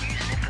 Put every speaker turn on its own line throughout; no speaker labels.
news and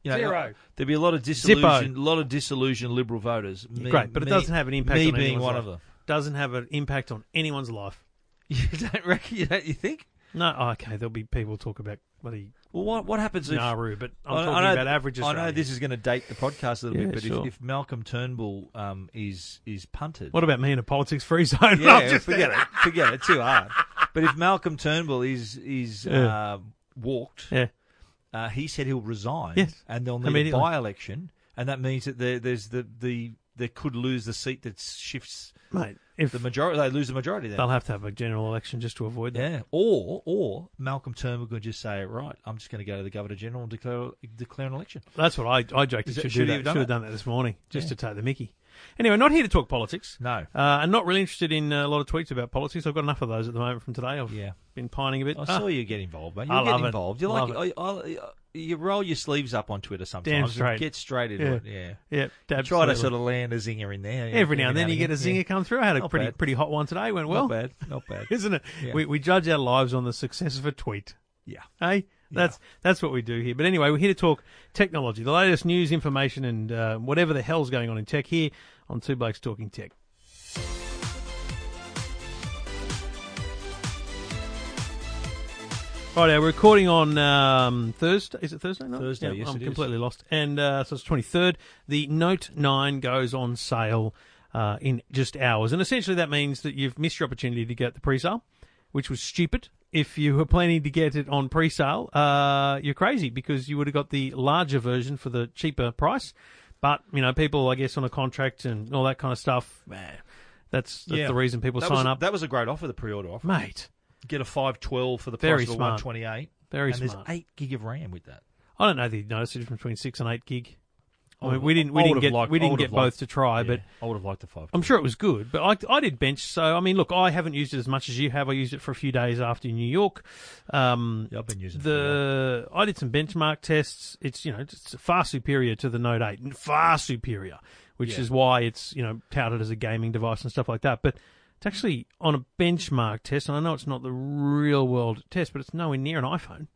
you know,
Zero.
There'll be a lot of disillusioned, a lot of disillusioned Liberal voters. Me-
Great, but it
me-
doesn't have an impact
Me
on
being
anyone's
one
life.
of them.
Doesn't have an impact on anyone's life.
You don't reckon? You, don't, you think?
No, oh, okay, there'll be people talk about bloody
Well, what what happens if
Nauru, but I'm
I- I
talking
know-
about average
I
Australians.
know this is going to date the podcast a little
Yeah,
bit, but
sure.
if, if Malcolm Turnbull um, is is punted,
What about me in a politics free zone?
yeah,
I'm just
forget
thinking-
it, forget it, too hard. But if Malcolm Turnbull is is
Yeah.
uh, walked,
Yeah.
uh, he said he'll resign,
Yes,
and they'll need a
immediately.
by election, and that means that there, there's the the they could lose the seat that shifts
Mate, if
the majority. They lose the majority there.
they'll have to have a general election just to avoid that.
Yeah, or or Malcolm Turnbull could just say, right, I'm just going to go to the Governor General and declare declare an election.
That's what I, I joked.
Is
It,
it-
should,
should
do
he
that.
have done
should have
that?
done that this morning just
Yeah.
to take the mickey. Anyway, not here to talk politics.
No,
Uh, I'm not really interested in uh, a lot of tweets about politics. I've got enough of those at the moment from today. I've
Yeah.
been pining a bit.
I
Ah,
saw you get involved, man. You
I
get
love it.
involved. You
Love
like I, I, you roll your sleeves up on Twitter sometimes. and
straight.
Get straight into
Yeah.
it. Yeah.
yeah,
Try to
absolutely.
sort of land a zinger in there.
Every now and then you get a zinger
again.
come through. I had a
Not
pretty
bad.
pretty hot one today. Went
Yeah.
well,
Not bad. Not bad.
isn't it?
Yeah.
We, we judge our lives on the success of a tweet.
yeah.
Hey, eh? that's that's what we do here. But anyway, we're here to talk technology, the latest news, information, and uh, whatever the hell's going on in tech here on Two Blokes Talking Tech. Right, now, we're recording on um, Thursday. Is it Thursday? night?
Thursday,
Yeah,
yes,
I'm
it is.
completely lost. And uh, so it's 23rd. The Note 9 goes on sale uh, in just hours. And essentially that means that you've missed your opportunity to get the pre-sale, which was stupid. If you were planning to get it on pre-sale, uh, you're crazy because you would have got the larger version for the cheaper price. But, you know, people, I guess, on a contract and all that kind of stuff, eh, that's, that's
Yeah.
the reason people
that
sign
was,
up.
That was a great offer, the pre-order offer.
Mate,
Get a five twelve for the price
Very
of a
smart.
one twenty eight.
very
and
smart.
there's eight gig of RAM with that.
I don't know the notice the difference between six and eight gig. I mean,
would-
we didn't we
Oh, I
didn't
would've
get
liked-
we
I
didn't
would've
get both
liked-
to try,
Yeah.
but
I would have liked the five.
I'm sure it was good. But I I did bench, so I mean, look, I haven't used it as much as you have. I used it for a few days after New York. Um,
Yeah, I've been using it for a
the I did some benchmark tests. It's you know it's far superior to the Note Eight, and far superior, which
Yeah.
is why it's you know touted as a gaming device and stuff like that. But it's actually on a benchmark test, and I know it's not the real world test, but it's nowhere near an iPhone.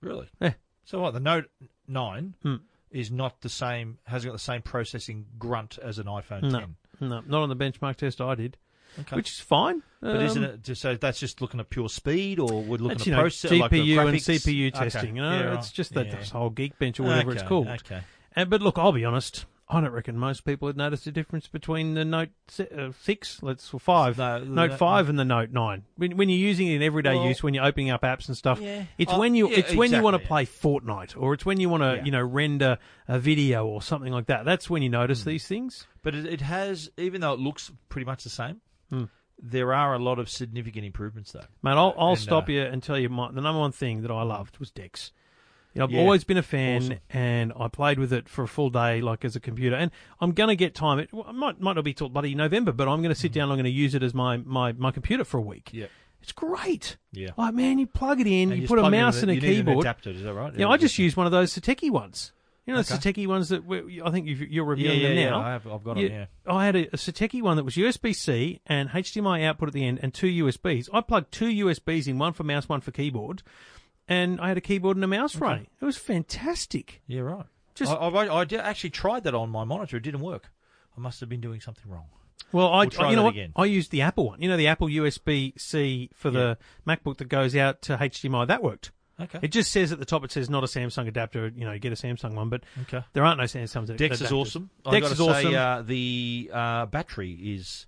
Really?
Yeah.
So what? The Note nine
Hmm.
is not the same. Hasn't got the same processing grunt as an iPhone
No.
ten.
No, not on the benchmark test I did.
Okay.
which is fine.
But
Um,
isn't it just so that's just looking at pure speed, or would looking
That's,
at
you know,
process,
GPU
like the
and
graphics?
CPU
Okay.
testing. You know,
Yeah,
it's
right.
just that
Yeah.
this whole geekbench or whatever it's
Okay,
called.
Okay,
And, but look, I'll be honest. I don't reckon most people had noticed the difference between the Note si- uh, six, let's or five,
No, uh, the
Note
Note-
five, and the Note nine. When, when you're using it in everyday
Well-
use, when you're opening up apps and stuff,
Yeah.
it's
Uh,
when you
yeah,
it's when you want to
exactly, yeah.
play Fortnite or it's when you want to
Yeah.
you know render a video or something like that. That's when you notice
Hmm.
these things.
but it, it has, even though it looks pretty much the same,
Hmm.
there are a lot of significant improvements though.
Mate, I'll, I'll
And,
stop
uh,
you and tell you my, the number one thing that I loved was Dex. You know, I've
Yeah,
always been a fan,
awesome.
and I played with it for a full day, like as a computer. And I'm going to get time. It well, it might might not be till bloody November, but I'm going to sit
Hmm.
down. I'm going to use it as my, my, my computer for a week.
Yep.
it's great.
Yeah.
like man, you plug it in,
And
you,
just
put a
plug it in
mouse
with
and
it-
a
you need an
keyboard.
adapter, is that right?
yeah, I just use one of those Satechi ones. You know, the
Okay.
Satechi ones that we, I think you've, you're
yeah,
reviewing
yeah,
them
yeah,
now.
I have, I've got
You-
it. Yeah,
I had a, a Satechi one that was USB C and HDMI output at the end and two USBs. I plugged two USBs in, one for mouse, one for keyboard, and I had a keyboard and a mouse running. It was fantastic.
yeah, right.
Just-
I, I, I did- actually tried that on my monitor. It didn't work. I must have been doing something wrong.
Well, I
We'll try
you know
that
what?
again.
I used the Apple one. You know the Apple USB C for the MacBook that goes out to HDMI. That worked.
Okay.
It just says at the top it says not a Samsung adapter. You know, you get a Samsung one, but
Okay.
there aren't no Samsung adapters.
Dex is awesome. I
Dex
gotta
is awesome.
Say, uh, the uh, battery is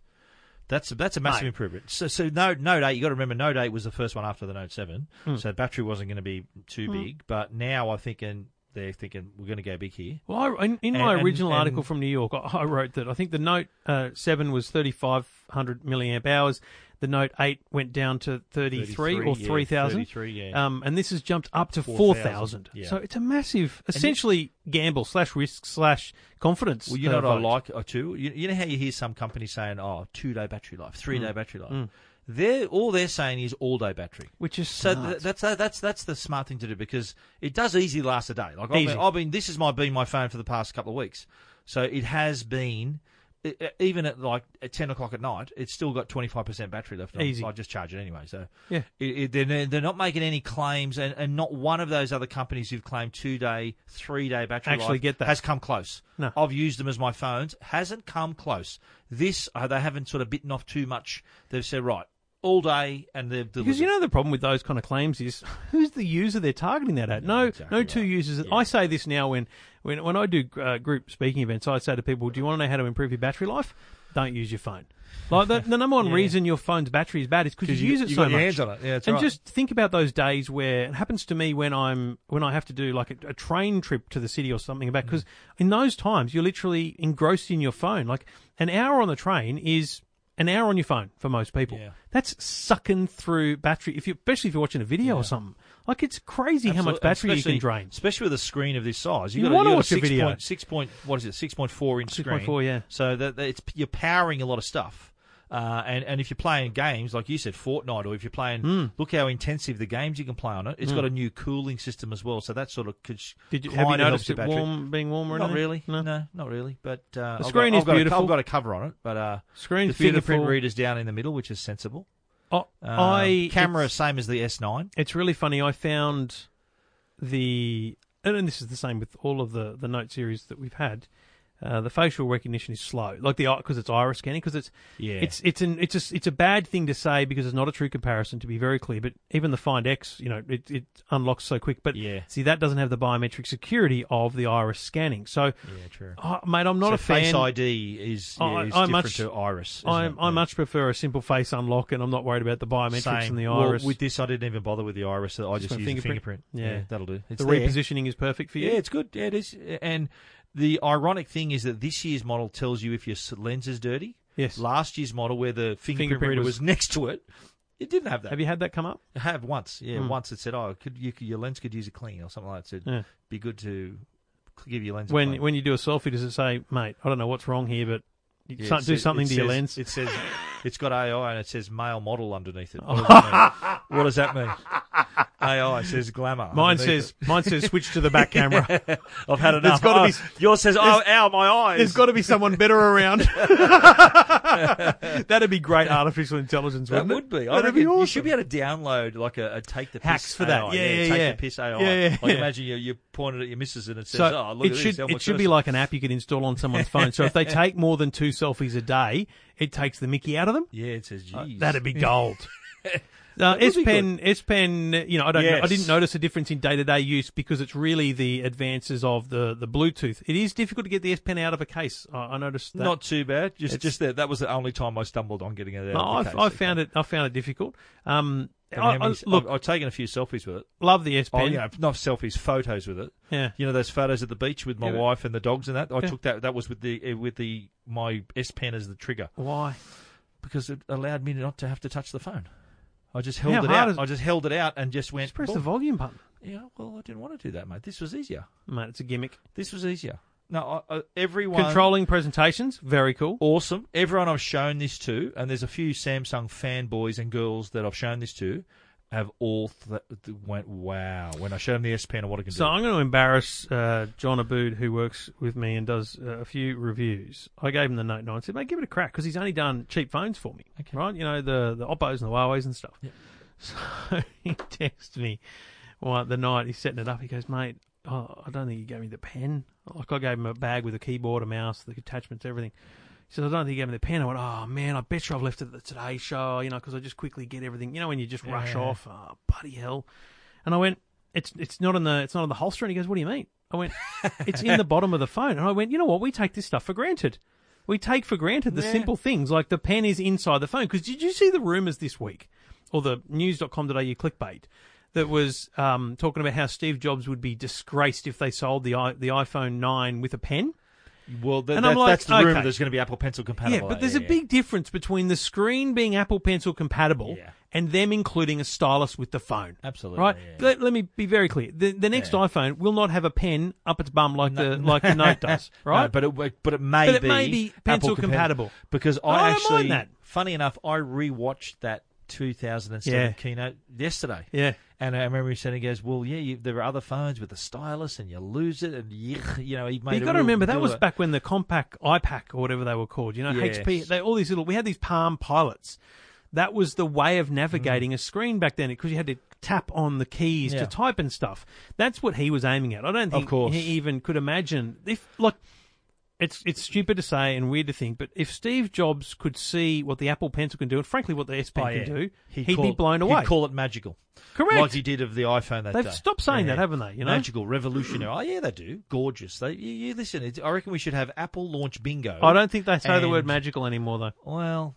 that's a, that's a massive
Mate.
improvement. So so Note Note eight, you got to remember Note eight was the first one after the Note seven, so battery wasn't going to be too big. But now I think and they're thinking we're going to go big here.
Well, I, in, in my
And-
original
and-
article from New York, I, I wrote that I think the Note uh, 7 was 3,500 milliamp hours. The Note 8 went down to 33 or
33, yeah,
3,000.
33, yeah.
Um, and this has jumped up to
4,000,
4,000.
yeah.
So it's a massive, essentially, gamble slash risk slash confidence.
Well, you
uh,
know what
vote.
I like uh, too. You, you know how you hear some companies saying, "Oh, two day battery life, three
Hmm.
day battery life." They're all they're saying is all day battery.
Which is
So
so
th- that's that's that's the smart thing to do because it does easily last a day. Like I've
Easy.
been, I've been this has my been my phone for the past couple of weeks, so it has been e- e- even at like at ten o'clock at night, it's still got twenty five percent battery left.
Easy.
I just charge it anyway. So
Yeah.
it, it, they're n- they're not making any claims, and, and not one of those other companies who've claimed two day, three day battery
Actually
life
get that.
has come close.
No.
I've used them as my phones, hasn't come close. This uh, they haven't sort of bitten off too much. They've said right all day, and they've delivered.
Because you know the problem with those kind of claims is who's the user they're targeting that at? No,
exactly
no two users. I say this now when when when I do uh, group speaking events, I say to people, "Do you want to know how to improve your battery life? Don't use your phone." Like the, the number one reason your phone's battery is bad is because you, use it
you
so
got
much.
your hands on it. Yeah, that's
and
right.
just think about those days where it happens to me when I'm when I have to do like a, a train trip to the city or something
Mm.
about because in those times you're literally engrossed in your phone. Like an hour on the train is an hour on your phone for most people.
Yeah.
That's sucking through battery. If you especially if you're watching a video or something, like it's crazy how much
Absolutely.
battery you
Especially-
can drain.
especially with a screen of this size.
You
got
wanna
a,
watch a
six
video.
Point, six point, what is it? Six point four inch screen.
6.4, yeah.
So that, that it's you're powering a lot of stuff. Uh, and, and if you're playing games, like you said, Fortnite, or if you're playing,
Hmm.
look how intensive the games you can play on it. It's got a new cooling system as well, so that sort of could.
Did you have you
kinda helps
noticed
your
it
battery.
warm being warmer? or
Not
anything?
really.
No.
No. not really. But uh, I've got-
screen
I've
is
got a-
beautiful.
I've got a cover on it, but uh,
Screen
the
is beautiful.
fingerprint reader's down in the middle, which is sensible.
Oh,
Um,
I
camera
it's-
same as the S9.
It's really funny. I found the, and and this is the same with all of the the note series that we've had. Uh, the facial recognition is slow, like the because it's iris scanning, because it's
Yeah.
it's it's an it's a it's a bad thing to say because it's not a true comparison. To be very clear, but even the Find X, you know, it, it unlocks so quick. But
Yeah.
see, that doesn't have the biometric security of the iris scanning. So,
Yeah, true.
oh, mate, I'm not
So
a fan.
Face ID is,
I-
yeah, is
I
different
much-
to Iris. isn't
I
it?
I much prefer a simple face unlock, and I'm not worried about the biometrics
Same.
and the
Well,
iris.
with this, I didn't even bother with the Iris. so I just,
went
used the
fingerprint.
fingerprint.
Yeah.
that'll do. It's
the
there.
repositioning is perfect for you.
Yeah, it's good. Yeah, it is. And the ironic thing is that this year's model tells you if your s- lens is dirty.
Yes.
Last year's model, where the fingerprint,
Fingerprint
reader
was-
was next to it, it didn't have that.
Have you had that come up?
I have once, yeah, once it said, "Oh, could you, could- your lens could use a clean or something like that." It said,
Yeah.
"Be good to give your lens." a
when
clean."
when you do a selfie, does it say, "Mate, I don't know what's wrong here, but you
Yeah,
can't
it
do
says-
something
it
to your
says-
lens"?
It says it's got AI and it says male model underneath it. What does that mean? What does that mean? AI says glamour.
Mine
underneath
says, "Mine says switch to the back camera."
it. "I've had enough."
gotta
Oh,
be-
yours says, "Oh, ow, my eyes."
There's got to be someone better around. That'd be great artificial intelligence,
that
wouldn't
would
it?
be. I
That'd
reckon
be awesome.
You should be able to download like a, a take the piss
Hacks for that.
AI.
Yeah, yeah,
take
yeah.
the piss AI.
Yeah, yeah,
like
yeah.
imagine you you pointed at your missus and it says,
so
"Oh, look
it
at
should
this." I'm
it
a
should be
cursor."
like an app you could install on someone's phone. So if they take more than two selfies a day, it takes the Mickey out of them.
yeah, it says, "Geez."
That'd be gold. Uh, S
be
Pen, S Pen. You know, I don't. know- I
Yes.
didn't notice a difference in day to day use because it's really the advances of the, the Bluetooth. It is difficult to get the S Pen out of a case. I, I noticed that.
Not too bad. Just,
It's-
just that. That was the only time I stumbled on getting it out.
no,
of the
I,
case.
I found it. I found it difficult. Um, I,
And how
I-
many-
look,
I've, I've taken a few selfies with it.
love the S
Oh,
Pen.
yeah, not selfies, photos with it.
Yeah.
You know those photos at the beach with my
Yeah.
wife and the dogs and that. I
Yeah.
took that. That was with the eh, with the my S Pen as the trigger
Why?
because it allowed me not to have to touch the phone. I just held
How
it
hard
out.
is-
I just held it out and just went.
Just press
boom.
the volume button,
yeah, well, I didn't want to do that, mate. This was easier.
mate. It's a gimmick.
This was easier. No, I, I, everyone
Controlling presentations, very cool.
awesome. Everyone I've shown this to, and there's a few Samsung fanboys and girls that I've shown this to, have all th- th- went wow when I showed them the S Pen and what it can
So
do.
I'm going to embarrass uh, John Abood, who works with me and does uh, a few reviews. I gave him the Note 9 and said, mate, give it a crack because he's only done cheap phones for me,
Okay.
right? You know, the, the Oppos and the Huaweis and stuff. So he texted me well, the night he's setting it up. He goes, mate, oh, I don't think you gave me the pen. Like I gave him a bag with a keyboard, a mouse, the attachments, everything. He said, I don't think he gave me the pen. I went, oh man, I bet you I've left it at the Today Show, you know, because I just quickly get everything, you know, when you just rush
Yeah.
off, oh, bloody hell. And I went, it's it's not in the it's not on the holster. And he goes, what do you mean? I went, it's in the bottom of the phone. And I went, you know what? We take this stuff for granted. We take for granted the simple things like the pen is inside the phone. Because did you see the rumors this week or the news.com.au clickbait that was um, talking about how Steve Jobs would be disgraced if they sold the i- the iPhone 9 with a pen?
Well, th-
And
that,
I'm like,
that's the rumor.
okay.
There's going to be Apple Pencil
Yeah,
compatible.
but there's a big difference between the screen being Apple Pencil compatible
Yeah.
and them including a stylus with the phone.
Absolutely,
Right?
yeah.
Let, let me be very clear. The, the next iPhone will not have a pen up its bum like the like the Note does, right?
No, but it but it may
But it
be
may be pencil
compa-
compatible.
because
I
I
don't
actually
mind that.
funny enough I rewatched that 2007
Yeah.
keynote yesterday.
Yeah.
And I remember he said, he goes, well, yeah, you, there are other phones with a stylus and you lose it and, yuck, you know, he made
You've
a
got to
real
remember that
deal
was
of it.
back when the Compaq, iPac, or whatever they were called. You know,
Yes.
HP. They, all these little. We had these Palm Pilots. That was the way of navigating a screen back then because you had to tap on the keys
Mm. Yeah.
to type and stuff. That's what he was aiming at. I don't think
course.
he even could imagine if like. It's it's stupid to say and weird to think, but if Steve Jobs could see what the Apple Pencil can do and frankly what the S Pen
Oh,
can
yeah.
do,
He'd
he'd,
call
be
it-
blown away.
He'd call it magical.
Correct.
Like he did of the iPhone that
They've
day.
stopped saying that, haven't they? You know?
Magical, revolutionary. Oh, yeah, they do. Gorgeous. They, you, you listen, it's, I reckon we should have Apple launch bingo.
I don't think they say the word
And-
magical anymore though.
Well,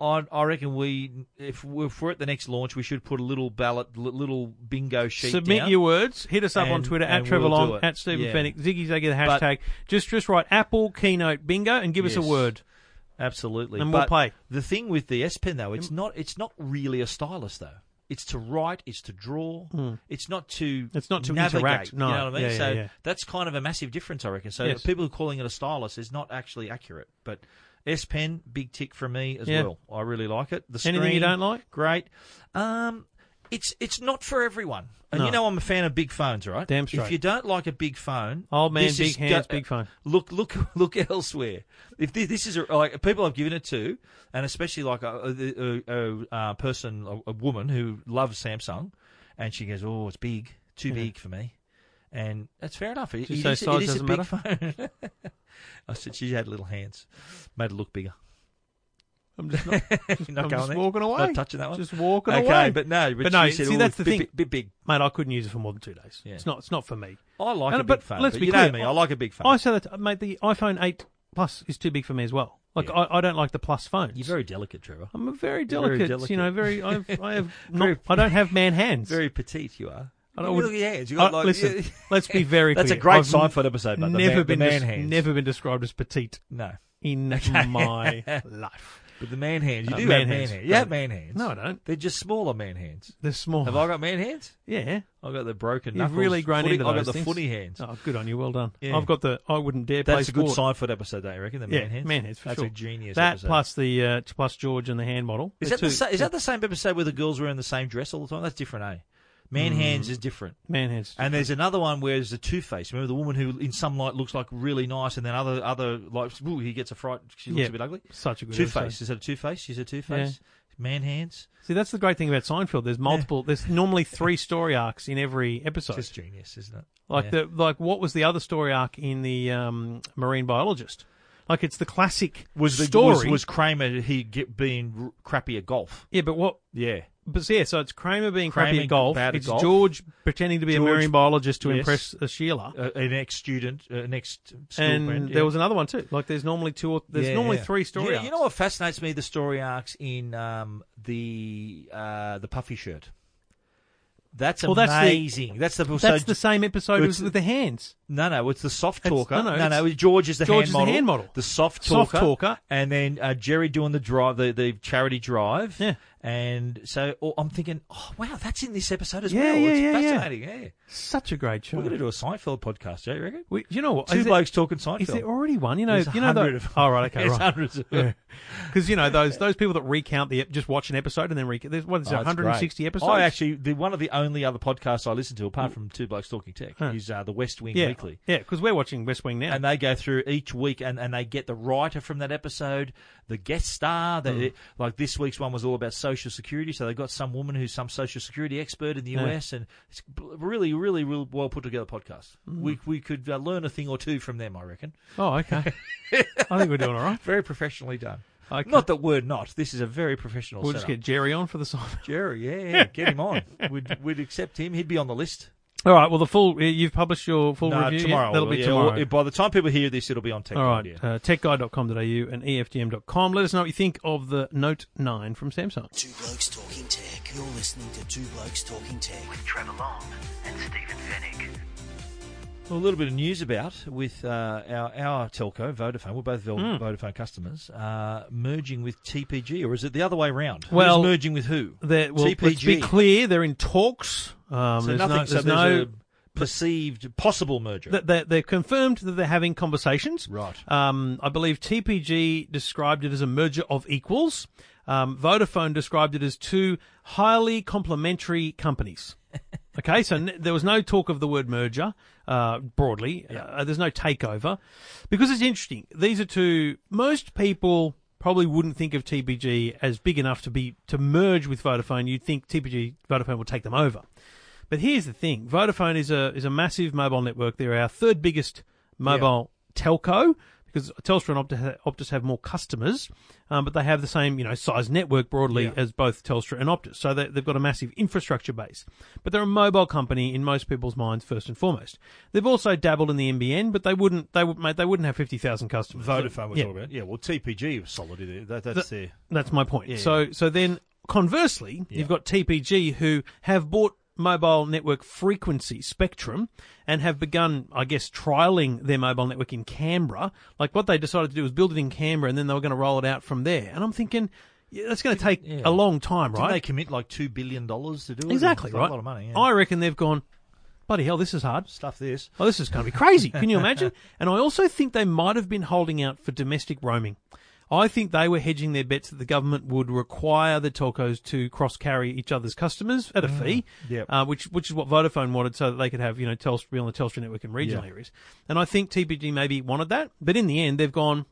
I, I reckon we if we're, if we're at the next launch, we should put a little ballot, li- little bingo sheet.
Submit
down.
your words. Hit us up on
And-
Twitter at
and
Trevor
we'll do
Long
it.
at Stephen
Yeah.
Fennick. Ziggy Zaggy the
But-
hashtag. just just write Apple keynote bingo and give us
Yes.
a word.
absolutely,
and we'll Mm.
But
play.
The thing with the S Pen though, it's not it's not really a stylus though. It's to write, it's to draw, it's not to
Mm. It's not to
navigate,
interact, no.
you know what I mean.
Yeah, yeah,
so
yeah.
that's kind of a massive difference, I reckon. So
Yes.
people who are calling it a stylus is not actually accurate, but. S Pen, big tick for me as
Yeah.
well. I really like it. The
Anything you
screen,
don't like?
Great. Um, it's it's not for everyone, and you
No.
know I'm a fan of big phones, right?
Damn
If
straight.
you don't like a big phone,
Old man,
this
big
is
hands, big phone.
Look, look, look elsewhere. If thi- this is a, like people I've given it to, and especially like a, a, a, a person, a, a woman who loves Samsung, and she goes, "Oh, it's big, too big for me," and that's fair enough. It,
Did you
it
say
is- it
size
is a
doesn't
big phone. I said she had little hands, made it look bigger.
I'm just not,
Not
I'm
going
just
there.
walking away.
Not touching that one.
Just walking
okay,
away.
but no, but,
But no,
she said,
see,
"Oh,
that's
it's
the
bit-
thing.
bit- bit big.
Mate, I couldn't use it for more than two days.
Yeah.
It's not it's not for me.
I like
And-
a
but
big phone.
let's
but
be
you
clear,
know me. I like a big phone.
I say that to- mate, the iPhone eight plus is too big for me as well. Like
Yeah.
I, I don't like the plus phones.
You're very delicate, Trevor.
I'm a very
You're very
delicate, you know, very I've, I have not
Very-
I don't have man hands.
Very petite, you are.
I
Look
don't-
at your hands. You
Uh,
got like,
listen, let's be very
That's a
clear.
great
I've
Seinfeld episode, mate, the
Never
man- the
been
man hands.
never been described as petite.
no,
in my life.
but the man hands. You
Uh,
do
man
have man
hands.
hands. You have
Great.
man hands.
No, I don't.
They're just smaller man hands.
They're small.
Have I got man hands?
yeah,
I've got the broken
you've
knuckles.
really grown
footy,
into
I've
those
got the
things.
footy hands.
Oh, good on you. Well done.
Yeah.
I've got the. I wouldn't dare play
That's a good
sport.
Seinfeld episode, don't you reckon? The
Yeah,
man hands.
man hands for
That's
sure.
a genius
That
episode.
plus the uh, plus George and the hand model.
is
They're
that the
two-
sa- is that the same episode where the girls were in the same dress all the time? That's different, eh? Man hands is different.
man hands?
And there's another one where there's a Two Face. Remember the woman who, in some light, looks like really nice, and then other other like, ooh, he gets a fright. She looks
Yeah.
a bit ugly.
Such a good
Two
episode.
Face. Is that a Two Face? She's a Two Face. Man hands.
See, that's the great thing about Seinfeld. There's multiple. There's normally three story arcs in every episode.
Just genius, isn't it?
Like
Yeah.
the like, what was the other story arc in the um, marine biologist? Like it's the classic
was the,
story.
was, was Kramer he get, being r- crappy at golf?
yeah, but what
Yeah.
But yeah, so it's Kramer being
Kramer
crappy at golf.
bad at
it's
golf.
George pretending to be
George-
a marine biologist to
Yes.
impress uh, Sheila.
Uh, an ex student, uh, an ex school
and
friend.
there was another one too. Like there's normally two or there's normally three story
You,
arcs.
you know what fascinates me? The story arcs in um, the uh, the puffy shirt. That's
Well, that's the-
amazing. That's the, so
That's the same episode
it's-
as with the hands.
No, no, it's the soft
It's-
talker.
no,
no,
no,
no,
it's-
George is the
George
hand
is the
model.
hand model.
The soft talker.
Soft talker.
And then uh, Jerry doing the drive, the, the charity drive.
Yeah.
And so oh, I'm thinking, oh wow, that's in this episode as
Yeah,
well.
yeah,
it's
yeah, yeah.
fascinating. Yeah.
Such a great show.
We're going to do a Seinfeld podcast, don't you reckon?
We- you know what?
Two
Is there-
blokes talking Seinfeld.
Is there already one? You know,
There's
you know
hundred
that.
of-
Oh right, okay,
There's
right.
hundreds of
Because you know those those people that recount the ep- just watch an episode and then recount. There's what is it,
Oh, that's
160
great.
episodes.
I actually, the, one of the only other podcasts I listen to, apart from Two Blokes Talking Tech, is uh, the West Wing
Yeah,
weekly.
Yeah, because we're watching West Wing now.
And they go through each week and, and they get the writer from that episode, the guest star. That
Hmm.
like this week's one was all about social security. So they got some woman who's some social security expert in the
Yeah.
US. And it's b- really, really, real well put together podcast.
Hmm.
We, we could uh, learn a thing or two from them, I reckon.
oh, okay. I think we're doing all right.
Very professionally done.
Okay.
Not that we're not. This is a very professional
We'll just
setup.
get Jerry on for the song.
Jerry, yeah, yeah, get him on. We'd, we'd accept him. He'd be on the list.
All right. Well, the full you've published your full
No,
review. Yeah,
tomorrow.
that'll
will,
be
yeah.
tomorrow.
Or- By the time people hear this, it'll be on Tech
All right,
Guide, yeah.
uh, techguide.com.au and E EFGM.com. Let us know what you think of the Note 9 from Samsung.
Two Blokes Talking Tech. You're listening to Two Blokes Talking Tech.
Trevor Long and Stephen Fennick.
Well, a little bit of news about with uh, our, our telco, Vodafone. We're both Vel-
Hmm.
Vodafone customers. Uh, merging with TPG, or is it the other way around?
Well,
Who's merging with who?
They're- Well,
TPG.
Let's be clear, they're in talks. Um,
so
there's
nothing.
no,
so
there's
there's
no-
a perceived possible merger.
that they're, they're confirmed that they're having conversations.
Right.
Um, I believe TPG described it as a merger of equals. Um, Vodafone described it as two highly complementary companies. Okay, so n- there was no talk of the word merger uh, broadly. Uh, there's no takeover because it's interesting. These are two. Most people probably wouldn't think of TPG as big enough to be to merge with Vodafone. You'd think TPG Vodafone will take them over. But here's the thing: Vodafone is a is a massive mobile network. They're our third biggest mobile telco because Telstra and Optus, Optus have more customers, um, but they have the same you know size network broadly as both Telstra and Optus. So they, they've got a massive infrastructure base. But they're a mobile company in most people's minds first and foremost. They've also dabbled in the NBN, but they wouldn't they would mate, they wouldn't have fifty thousand customers.
Vodafone we're
Yeah.
talking about. Yeah, well, TPG was solid. in it. That, that's their
That's my point. so so then conversely, you've got TPG who have bought mobile network frequency spectrum and have begun, I guess, trialing their mobile network in Canberra. Like what they decided to do was build it in Canberra and then they were going to roll it out from there. And I'm thinking yeah, that's going to take
yeah.
a long time,
Didn't they
right?
commit like two billion dollars to do it?
exactly,
It's
right.
A lot of money. Yeah.
I reckon they've gone, bloody hell, this is hard.
Stuff this.
Oh, this is going to be crazy. Can you imagine? and I also think they might have been holding out for domestic roaming. I think they were hedging their bets that the government would require the telcos to cross carry each other's customers at a fee,
Mm, yep.
uh, which which is what Vodafone wanted, so that they could have you know Telstra be on the Telstra network in regional
Yeah.
areas. And I think TPG maybe wanted that, but in the end they've gone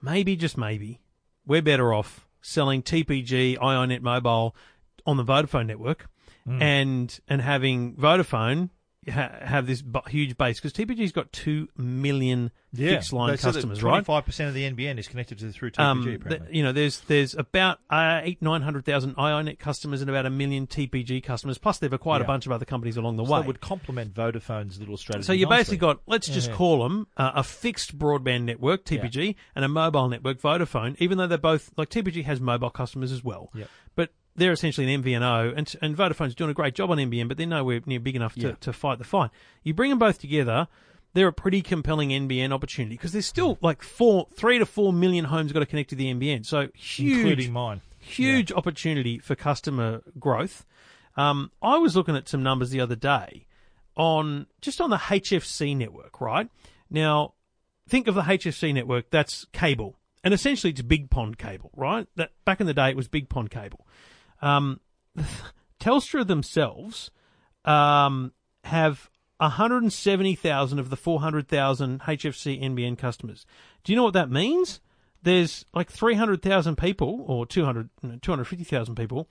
maybe just maybe we're better off selling TPG IONet Mobile on the Vodafone network
Hmm.
and and having Vodafone ha- have this bu- huge base because TPG's got 2 million fixed line customers, right?
Twenty-five percent of the NBN is connected to through TPG.
Um, th-
apparently.
you know, there's there's about uh, eight nine hundred thousand IONet customers and about a million TPG customers. Plus, they've acquired a
Yeah.
bunch of other companies along the
So
way.
that would complement Vodafone's little strategy.
So you basically
nicely.
got let's just
Yeah.
call them uh, a fixed broadband network TPG and a mobile network Vodafone, even though they're both like TPG has mobile customers as well.
Yep.
But they're essentially an MVNO, and and Vodafone's doing a great job on MVN, but they're nowhere near big enough to,
Yeah.
to fight the fight. You bring them both together. They're a pretty compelling NBN opportunity because there's still like four, three to four million homes got to connect to the NBN. So huge,
including mine.
huge opportunity for customer growth. Um, I was looking at some numbers the other day on just on the HFC network, right? Now, think of the HFC network, that's cable. And essentially it's big pond cable, right? That back in the day it was big pond cable. Um, Telstra themselves um, have 170,000 of the 400,000 HFC NBN customers. Do you know what that means? There's like 300,000 people or 200, no, 250,000 people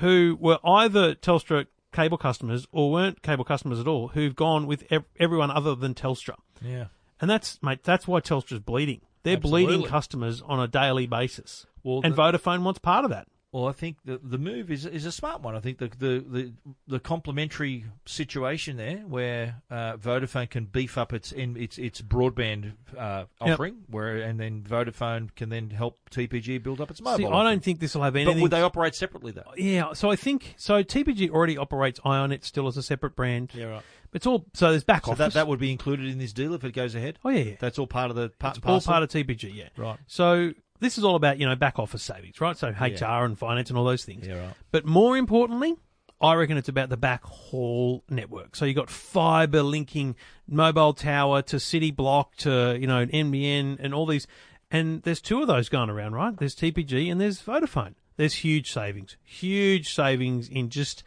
who were either Telstra cable customers or weren't cable customers at all who've gone with ev- everyone other than Telstra.
Yeah.
And that's, mate, that's why Telstra's bleeding. They're bleeding
Absolutely.
customers on a daily basis.
Well,
and
the-
Vodafone wants part of that.
Well, I think the the move is is a smart one. I think the the the, the complementary situation there, where uh, Vodafone can beef up its in, its its broadband uh,
Yep.
offering, where and then Vodafone can then help TPG build up its mobile.
See, I
offering.
don't think this will have
But
anything
would they
to-
operate separately though?
Yeah, so I think so. TPG already operates Ionet still as a separate brand.
right.
It's all so there's back
So
office.
that, that would be included in this deal if it goes ahead.
oh yeah, yeah.
That's all part of the part,
all part of TPG. Yeah,
Right.
So this is all about you know back office savings, right? So HR and finance and all those things.
Yeah, right.
But more importantly, I reckon it's about the backhaul network. So you got fiber linking mobile tower to city block to you know an NBN and all these. And there's two of those going around, right? There's TPG and there's Vodafone. There's huge savings, huge savings in just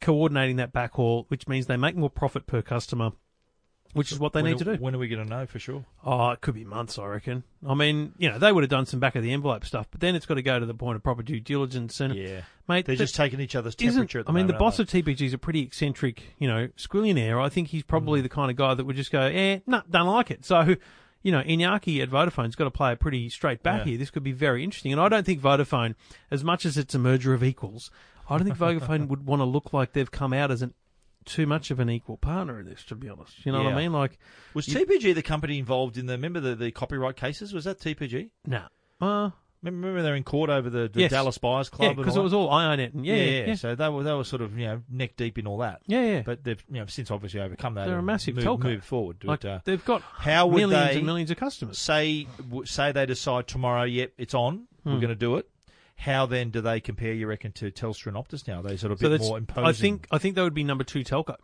coordinating that backhaul, which means they make more profit per customer which is what they
when
need to
are-
do.
When are we going to know for sure?
Oh, it could be months, I reckon. I mean, you know, they would have done some back of the envelope stuff, but then it's got to go to the point of proper due diligence and mate,
they're
the-
just taking each other's
isn't-
temperature. At the
I mean, the
moment,
boss
aren't
of TPG's a pretty eccentric, you know, squillionaire. I think he's
Mm.
probably the kind of guy that would just go, eh, nah, don't like it. So, you know, Iñaki at Vodafone's got to play it pretty straight back
Yeah.
here. This could be very interesting. And I don't think Vodafone, as much as it's a merger of equals, I don't think Vodafone would want to look like they've come out as an too much of an equal partner in this, to be honest. You know what
Yeah.
I mean? Like,
they? was TPG the company involved in the remember the, the copyright cases? Was that TPG?
nah. Uh,
Remember, remember they're in court over the, the
Yes.
Dallas Buyers Club.
yeah,
and
because
all
it was all Ionet and yeah,
that?
yeah, yeah. yeah.
So they were they were sort of you know neck deep in all that.
yeah, yeah.
But they've you know since obviously overcome that.
They're a
and
massive
moved,
telco.
moved forward.
like,
But, uh,
they've got
how would
millions
they
and millions of customers.
say w- say they decide tomorrow? Yep, it's on.
Hmm.
We're going to do it. How then do they compare? You reckon to Telstra and Optus now? Are they sort of a bit more imposing.
I think I think that would be number two telco.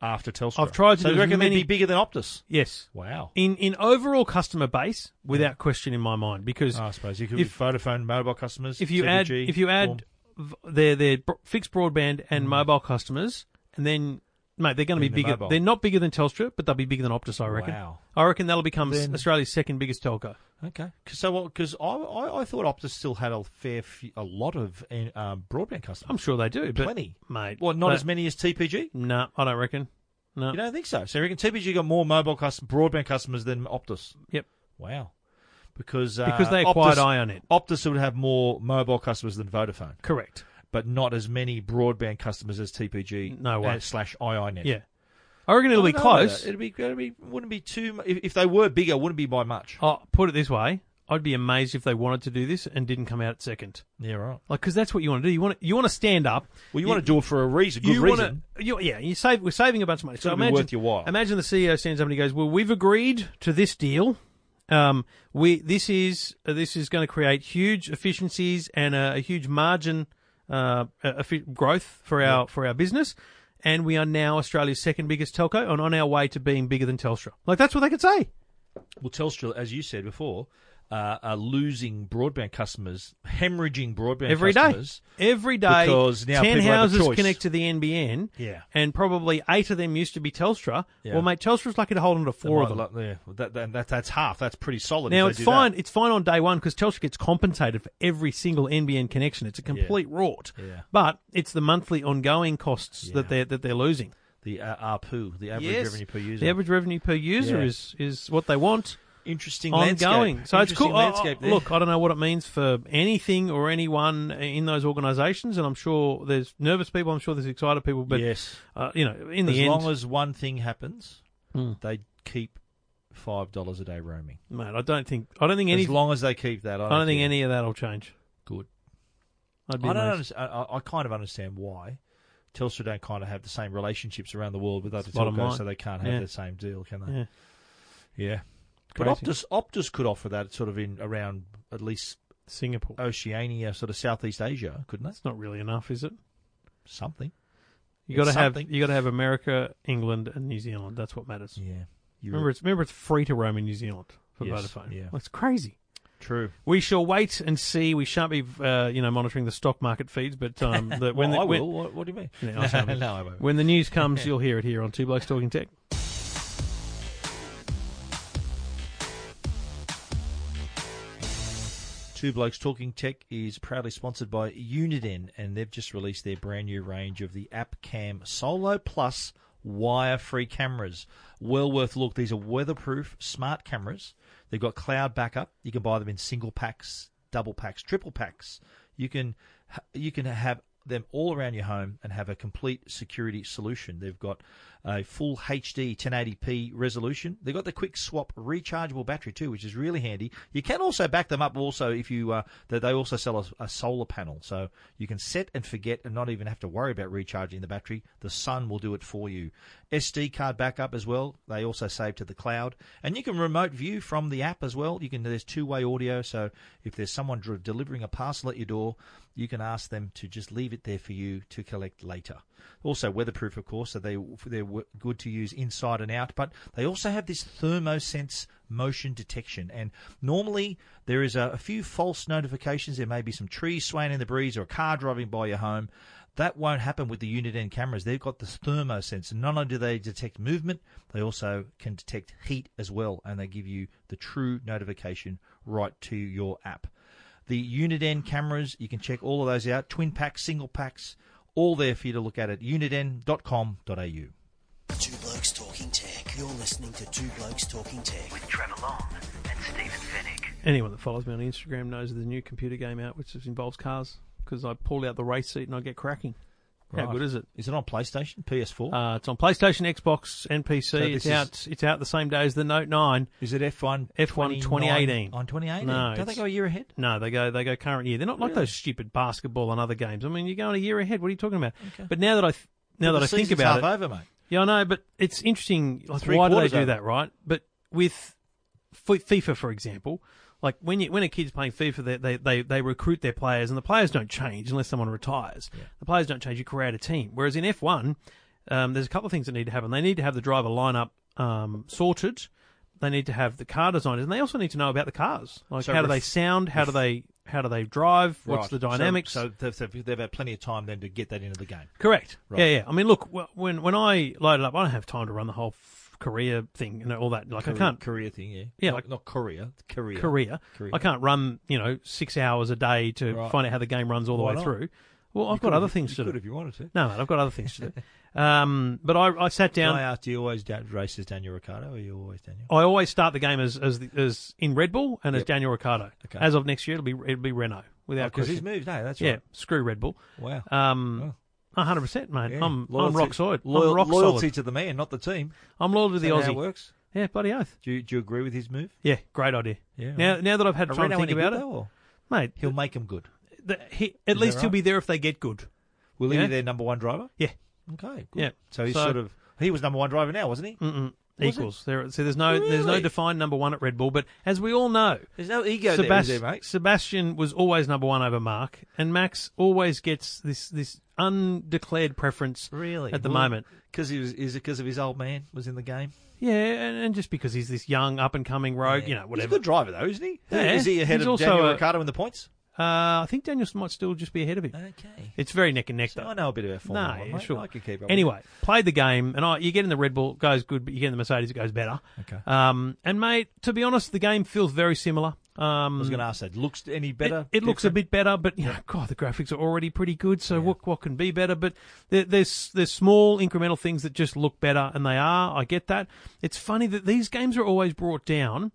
after Telstra.
I've tried to
So
do
you
as
reckon
many-
they'd be bigger than Optus?
Yes.
Wow.
In in overall customer base, without question in my mind, because
I suppose you could
If-
if, Vodafone mobile customers.
if you add
TPG,
if you
or-
add v- their their bro- fixed broadband and mobile customers, and then mate, they're going to be
Then Mm. the
bigger.
mobile.
They're not bigger than Telstra, but they'll be bigger than Optus. I reckon.
Wow.
I reckon that'll become s-
Then-
Australia's second biggest telco.
okay, 'Cause so what? Because I, I I thought Optus still had a fair few, a lot of eh, um, broadband
I'm
customers.
sure they do, but
Plenty.
mate.
What? Not
but-
as many as TPG.
No, I don't reckon. No.
You don't think so? So you reckon TPG got more mobile custom broadband customers than Optus?
Yep.
Wow. Because uh,
Because they acquired
Optus,
Ionet.
Optus would have more mobile customers than Vodafone,
Correct.
but not as many broadband customers as TPG
No way.
uh, slash IINet.
Yeah. I reckon it'll
I
be
don't know about
close.
that. It'd be, it'd be wouldn't be too. mu- If, if they were bigger, wouldn't be by much.
Oh, put it this way, I'd be amazed if they wanted to do this and didn't come out at second.
Yeah, right.
Like, because that's what you want to do. You want to, you want to stand up.
Well, you, want to do it for a reason, good
you
reason.
want to, you, yeah. You save. We're saving a bunch of money. so
gotta be
imagine
worth your while.
Imagine the CEO stands up and he goes, "Well, we've agreed to this deal. Um, we this is uh, this is going to create huge efficiencies and a, a huge margin uh, uh, effi- growth for our for our business." And we are now Australia's second biggest telco, and on our way to being bigger than Telstra. Like that's what they could say.
Well, Telstra, as you said before, uh, are losing broadband customers, hemorrhaging broadband
Every day,
customers.
Every day,
because now
ten
people have a
houses
choice.
connect to the NBN,
Yeah.
and probably eight of them used to be Telstra.
Yeah.
Well, mate, Telstra's lucky to hold on to four of them.
Yeah, well, that, that, that, that's half. That's pretty solid.
now
if
it's
they do
fine.
that.
It's fine on day one because Telstra gets compensated for every single NBN connection. It's a complete rort,
Yeah.
but it's the monthly ongoing costs that
Yeah.
they're that they're losing.
The uh, ARPU, the average revenue per user.
The average revenue per user
Yeah.
is is what they want
Interesting
ongoing.
landscape.
So it's
Interesting
cool.
Landscape
Oh, oh,
there.
look, I don't know what it means for anything or anyone in those organisations, and I'm sure there's nervous people. I'm sure there's excited people, but
yes,
uh, you know, in
as
the end, hmm,
long as one thing happens, they keep five dollars a day roaming.
mate, I don't think I don't think any
As long as they keep that, I
I
don't,
don't think
care.
any of that'll change.
good.
I'd be
I don't
amazed.
understand. I, I kind of understand why Telstra don't kind of have the same relationships around the world with other
bottom line.
telcos, so they can't have
Yeah.
the same deal, can
Yeah.
they? Yeah. But
Crazy.
Optus, Optus could offer that sort of in around at least
Singapore.
Oceania, sort of Southeast Asia, couldn't they?
That's not really enough, is it?
Something.
You got
It's
to have
something.
you got to have America, England, and New Zealand. That's what matters.
Yeah. You
Remember, it's remember it's free to roam in New Zealand for
Yes,
Vodafone.
yeah.
Well, it's crazy.
true.
We shall wait and see. We shan't be, uh, you know, monitoring the stock market feeds, but um, the, when
When
the,
I
when,
will. What, what do you mean?
Yeah, I shall be.
no, I won't.
when the news comes, you'll hear it here on Two Blokes Talking Tech.
Two Blokes Talking Tech is proudly sponsored by Uniden, and they've just released their brand new range of the AppCam Solo Plus wire free cameras. Well worth a look. These are weatherproof smart cameras. They've got cloud backup. You can buy them in single packs, double packs, triple packs. You can you can have them all around your home and have a complete security solution. They've got a full HD 1080p resolution. They've got the quick swap rechargeable battery too, which is really handy. You can also back them up also if you uh, that they also sell a, a solar panel, so you can set and forget and not even have to worry about recharging the battery. The sun will do it for you. SD card backup as well. They also save to the cloud, and you can remote view from the app as well. You can there's two way audio, so if there's someone dr- delivering a parcel at your door, you can ask them to just leave it there for you to collect later. Also weatherproof, of course, so they they're w- good to use inside and out. But they also have this thermosense motion detection, and normally there is a, a few false notifications. There may be some trees swaying in the breeze or a car driving by your home. That won't happen with the unit end cameras. They've got this thermo sensor. Not only do they detect movement, they also can detect heat as well, and they give you the true notification right to your app. The unit end cameras, you can check all of those out. Twin packs, single packs, all there for you to look at at unitn.com.au.
Two Blokes Talking Tech. You're listening to Two Blokes Talking Tech.
with Trevor Long and Stephen Finnick.
Anyone that follows me on Instagram knows there's a new computer game out which involves cars because I pull out the race seat and I get cracking. How
Right.
good is it?
Is it on PlayStation, PS4?
Uh, it's on PlayStation, Xbox, and PC.
So
it's
this is-
out. It's out the same day as the Note Nine.
is it F1?
F1 2018.
On 2018?
No,
Don't they
it's-
go a year ahead?
No, they go they go current year. They're not like
Really?
those stupid basketball and other games. I mean, you're going a year ahead. What are you talking about?
Okay.
But now that I th- now that
The
I think
season's
about it,
half over, mate.
yeah, I know. But it's interesting. Like,
Three
why do they
quarters
do
over.
that, right? But with F- FIFA, for example, like when you when a kid's playing FIFA, they, they they they recruit their players, and the players don't change unless someone retires. The players don't change. You create a team. Whereas in F1, um, there's a couple of things that need to happen. They need to have the driver lineup um, sorted. They need to have the car designers, and they also need to know about the cars. Like
So
how do
ref-
they sound? How do they how do they drive? What's
Right.
the
So-
dynamics?
So, they've, they've- they've had plenty of time then to get that into the game.
Correct.
Right.
Yeah, yeah. I mean, look, wh- when when I load it up, I don't have time to run the whole f- career thing and all that. Like, I can't
Korea thing, yeah.
Yeah.
Like, not Korea, Korea.
career.
Career.
I can't run, you know, six hours a day to
Right.
find out how the game runs all the
Why
way
not?
through. Well, I've
You
got
could
other
if-
things
you
to
could
do.
if you wanted to.
No, mate, I've got other things to do. Um, but I, I sat
Can I
down.
ask, do you always da- race as Daniel Ricciardo or are you always Daniel?
I always start the game as as, the, as in Red Bull and as
Yep.
Daniel Ricciardo.
Okay.
As of next year, it'll be it'll be Renault without
Because he's
question.
moved, hey, that's
yeah,
right.
screw Red Bull.
Wow.
Um, hundred percent, mate.
Yeah.
I'm I'm
Loyalty-
rock solid.
Loyal-
I'm rock
loyalty
solid.
to the man, not the team.
I'm loyal to the
Is that how it
Aussie.
works?
Yeah, bloody oath.
Do you, do you agree with his move?
Yeah, great idea.
Yeah,
Now,
right.
now that I've had time to think about it, mate,
He'll make him good.
the, he, at least
that
he'll
right?
be there if they get good.
Will he
Yeah.
be their number one driver?
Yeah.
Okay. Good.
Yeah.
So he's
So-
sort of he was number one driver now, wasn't he?
Mm-mm.
Was
Equals. There, so there's no there's no
Really?
defined number one at Red Bull, but as we all know,
There's no ego
Sebas-
there, is there, mate.
Sebastian was always number one over Mark, and Max always gets this this undeclared preference
Really?
at the moment.
because he was is it because of his old man was in the game?
Yeah, and, and just because he's this young up and coming rogue, you know,
He's a
whatever.
good driver though, isn't he?
Yeah.
Is he ahead
He's
of
also
Daniel
a-
Ricciardo in the points?
Uh, I think Danielson might still just be ahead of him.
Okay.
It's very neck and neck
Uh, So
though.
I know a bit about Formula
no,
One,
yeah,
mate.
sure.
I can keep up. with
Anyway, played the game, and I, you get in the Red Bull, it goes good, but you get in the Mercedes, it goes better.
it. Okay.
Um, and mate, to be honest, the game feels very similar. Um,
I was going to ask that. Looks any
it,
better?
it looks a bit
different?
better, but you know, God, the graphics are already pretty good. So what what can be better? But there, there's there's small incremental things that just look better, and they are. I get that. It's funny that these games are always brought down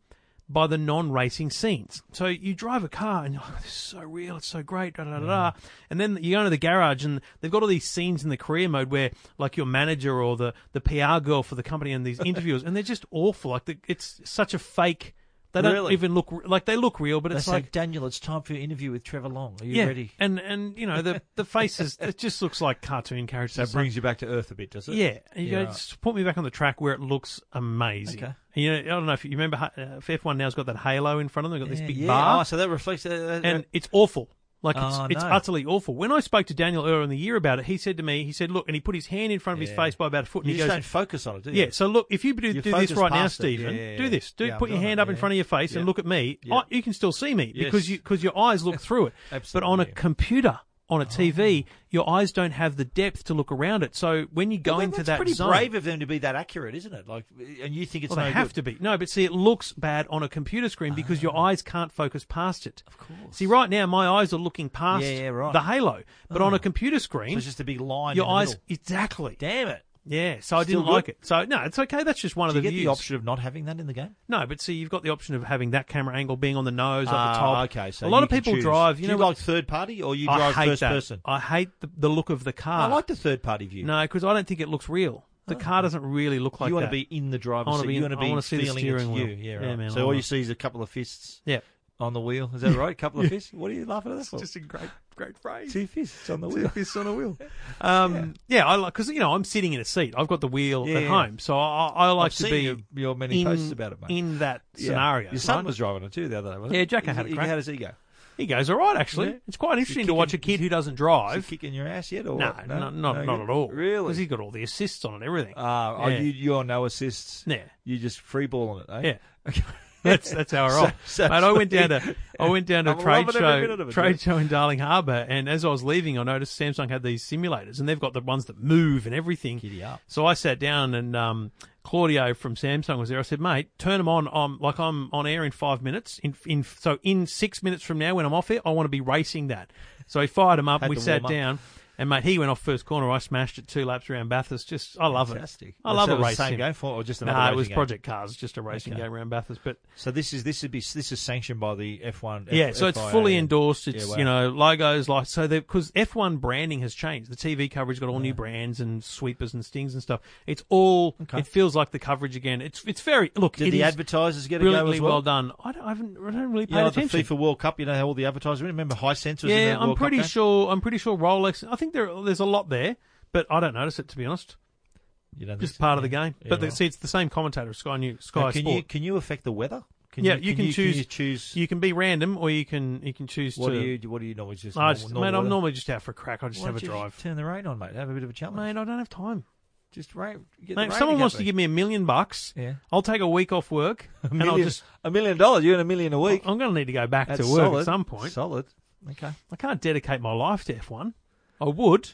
by the non-racing scenes. So you drive a car and you're like, "Oh, this is so real, it's so great, da da da da. And then you go into the garage and they've got all these scenes in the career mode where like your manager or the, the PR girl for the company and these interviewers, and they're just awful. Like the, it's such a fake. They don't
Really?
even look re- like they look real, but
They
it's
say,
like
Daniel, it's time for your interview with Trevor Long. Are you ready?
and and you know the the faces it just looks like cartoon characters.
That brings you back to earth a bit, does it?
yeah, and you
Yeah,
go
right.
just put me back on the track where it looks amazing.
Okay.
And, you know, I don't know if you remember uh, F1 now's got that halo in front of them, they've got
Yeah,
this big
yeah.
bar
Oh, so that reflects. Uh, uh,
Ah, and it's awful. Like it's,
Oh,
it's
no.
utterly awful. When I spoke to Daniel earlier in the year about it, he said to me, he said, "Look," and he put his hand in front of his
Yeah.
face by about a foot, and
you
he
just
goes,
don't focus on it, do you?
"Yeah." So look, if you do,
You
do this
focus
right now,
past it.
Stephen,
Yeah, yeah,
do
yeah.
this. Do
Yeah,
put
I'm
your
doing
hand
it.
up in
Yeah.
front of your face and
Yeah.
look at me.
Yeah.
I, you can still see me
Yes.
because you because your eyes look through it. But on a
Absolutely. Oh.
computer, on a TV, your eyes don't have the depth to look around it. So when you go
Well,
into
that's
that
pretty
zone,
brave of them to be that accurate, isn't it? Like, and you think it's
well,
no
they have
good. Oh.
to be. No, but see, it looks bad on a computer screen because your eyes can't focus past it. Of
course.
See, right now my eyes are looking past
Yeah, yeah, right. Oh.
the halo, but on a computer
So
screen,
it's just a big line.
your
in the
eyes
middle.
exactly.
Damn it!
Yeah, so I
Still
didn't
good?
like it. So no, it's okay. That's just one
Do you
of the
get
views.
the option of not having that in the game?
No, but see, you've got the option of having that camera angle being on the nose, up the
Ah,
top.
Okay, so
a lot
you
of
can
people
choose.
drive. You know,
Do you
what?
like third party or you
I
drive
hate
first
that.
person?
I hate the, the look of the car.
I like the third party view.
no, because I don't think it looks real. The car doesn't really look like
you want
that.
to be in the
I
driver's
wanna
seat.
be
You
in-
want to
I
be
wanna see the
feeling
steering
it's
wheel.
you. Yeah,
Yeah,
right.
man, I
so all
wanna-
you see is a couple of fists
yeah.
on the wheel. Is that right? A couple of fists. What are you laughing at that for?
a great, great phrase.
Two fists on the wheel.
fists on a wheel. Um, yeah. I like because you know I'm sitting in a seat. I've got the wheel
Yeah,
at
yeah.
home, so I, I like
I've
to
seen
be
your, your many
in,
posts about it, mate.
in that
Yeah.
scenario.
Your son
right?
was driving it too the other day, wasn't
Yeah,
it?
Jacko had it
He
great.
had his ego.
he goes all right. Actually,
Yeah.
it's quite interesting to
kicking-
watch a kid who doesn't
Is
drive.
he kicking your ass yet? Or
No,
what?
no, not
No,
not
good.
at all. because
Really?
he's got all the assists on and everything.
Ah, oh,
Yeah.
you, you're no assists.
Yeah.
You just free balling it, eh?
Yeah.
Okay.
That's that's how I roll.
so
Mate, I went down to I went down to a
I'm
trade
loving every minute of
show
it,
trade
dude.
show in Darling Harbour, and as I was leaving, I noticed Samsung had these simulators, and they've got the ones that move and everything.
Giddy up.
So I sat down, and um, Claudio from Samsung was there. I said, "Mate, turn them on. I'm like I'm on air in five minutes. In in so in six minutes from now, when I'm off it, I want to be racing that." So he fired them up.
Had
we
to
sat
warm up.
down. And mate, he went off first corner. I smashed it two laps around Bathurst. Just, I love
Fantastic.
it. I love
so
a
it was
race
the Same
sim.
game for or just
No,
another
it
racing
was
game?
Project Cars, just a racing
Okay.
game around Bathurst. But
So this is this would be this is sanctioned by the F1.
yeah, so it's fully endorsed. It's
Yeah, wow.
you know logos like so because F one branding has changed. The TV coverage got all new brands and sweepers and stings and stuff. It's all.
Okay.
It feels like the coverage again. It's it's very look.
Did
it
the
is
advertisers get a go
brilliantly
as
well?
well?
done. I don't, I, haven't, I don't really pay
Yeah, like the
attention.
FIFA World Cup. You know how all the advertisers remember high sensors. in
yeah,
the
I'm
World Cup
pretty
game?
sure. I'm pretty sure Rolex. I think there there's a lot there, but I don't notice it to be honest.
You don't
Just
think so?
part of the
Yeah.
game.
Yeah,
but the,
right.
see, it's the same commentator of Sky News, Sky
Now, can
Sport.
you can you affect the weather? Can
yeah, you, can, choose.
you choose.
You can be random, or you can you can choose
what
to.
do you what do you normally just?
I
normal-
just,
normal
mate, I'm
weather?
normally just out for a crack. I just
Why
have a
don't you
drive.
just Turn the rain on, mate. Have a bit of a challenge.
Mate, I don't have time.
just rain. Get
Mate, if someone wants to give me a million bucks,
Yeah.
I'll take a week off work, and I'll just.
a million dollars. You earn a million a week.
I'm going to need to go back
That's
to work
solid.
at some point.
Solid. Okay.
I can't dedicate my life to F1. I would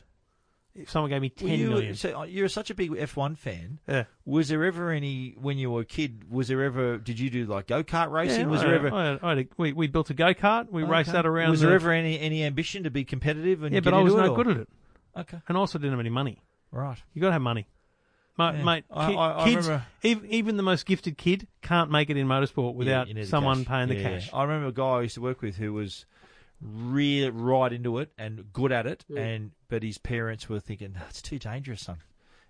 if someone gave me ten
Well,
million.
you, So uh, you're such a big F1 fan.
Yeah.
Was there ever any when you were a kid? Was there ever? Did you do like go kart racing?
Yeah,
was
I
there
had-
ever?
I had- I had a- we, we built a go kart. We raced
Okay.
that around.
Was
the-
there ever any any ambition to be competitive? And
Yeah, but
get
I was
into
no
it,
good at it,
Or? Okay.
and I also didn't have any money.
Right.
You got to have money, mate.
Yeah.
mate
I-
ki-
I- I
kids,
remember-
ev- even the most gifted kid can't make it in motorsport without
you need the
someone
cash.
paying the
Yeah, yeah.
cash.
I remember a guy I used to work with who was real right into it and good at it, and but his parents were thinking that's too dangerous, son.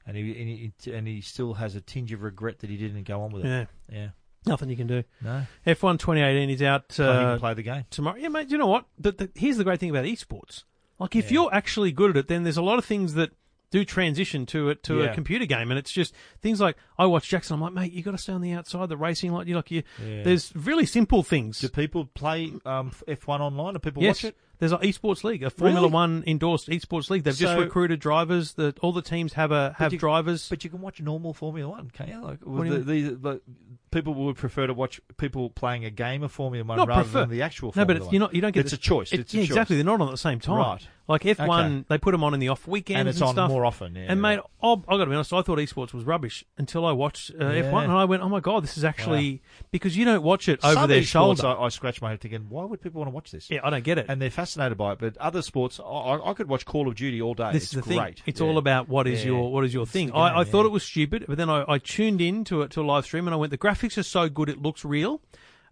And he, and he and he still has a tinge of regret that he didn't go on with it.
Yeah,
Yeah,
nothing you can do.
no,
F1 2018 is out
Play- he can
uh,
play the game.
tomorrow. Yeah, mate, you know what? The, the, here's the great thing about esports. Like, if
Yeah.
you're actually good at it, then there's a lot of things that do transition to it to
Yeah.
a computer game, and it's just things like I watch Jackson. I'm like, mate, you got to stay on the outside. The racing, like you like you.
Yeah.
There's really simple things.
Do people play um, F one online? Do people
yes,
watch it?
there's an esports league, a Formula
Really?
One endorsed esports league. They've just
So-
recruited drivers. That all the teams have a have
you-
drivers.
But you can watch normal Formula One, can't you? Like
What do
the,
you
the, the- people would prefer to watch people playing a game of Formula One
not
rather
prefer
than the actual.
No,
Formula
but it's,
One.
you're not. You don't get
It's
the-
a choice.
it-
It's a
yeah,
choice.
exactly. They're not on at the same time.
Right.
Like F one, they put them on in the off weekends
and
and,
it's on
stuff.
more often. Yeah,
And mate, I'll, I got to be honest. I thought esports was rubbish until I watched uh,
Yeah.
F1, and I went, "Oh my god, this is actually because you don't watch it over
Some
their
esports,
shoulder."
I, I scratch my head thinking, why would people want to watch this?
yeah, I don't get it.
And they're fascinated by it. But other sports, I- I, I could watch Call of Duty all day.
this
it's
is the
great.
thing. It's
Yeah.
all about what is
Yeah.
your what is your
It's
thing.
the game,
I, I thought
yeah.
it was stupid, but then I, I tuned in to it to a live stream and I went, the graphics are so good, it looks real.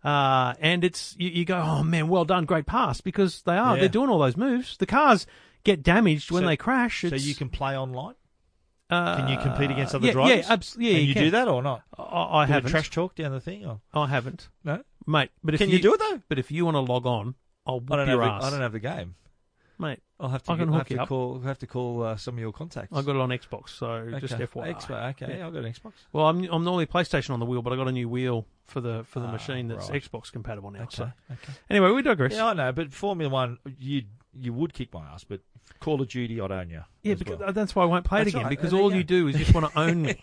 Uh, and it's you, you go, oh man, well done, great pass, because they are
Yeah.
they're doing all those moves. The cars get damaged when
So-
they crash.
So
It's,
you can play online.
uh,
Can you compete against other
yeah,
drivers?
Yeah, absolutely.
and
you,
you,
can.
do that or not?
I, I
Do a
haven't.
trash talk down the thing. Or?
I haven't,
No.
mate. But if
Can you, do it though?
But if you want to log on, I'll whip
I don't
your
have.
ass,
The, I don't have the game.
mate.
I'll have to.
I can
get- I'll
hook
have
you
to
up.
call. I'll have to call uh, some of your contacts.
I got it on Xbox, so just
Okay.
FYI.
Xbox, okay, I've got an Xbox.
Well, I'm I'm normally PlayStation on the wheel, but I got a new wheel for the for the
Ah,
machine that's
right.
Xbox compatible now.
Okay.
So
okay.
anyway, we digress.
Yeah, I know, but Formula One, you you would kick my ass, but Call of Duty, I'd own you.
Yeah,
as
because
well.
that's why I won't play it
That's
again
right.
because
There you
all
go.
you do is just want to own me.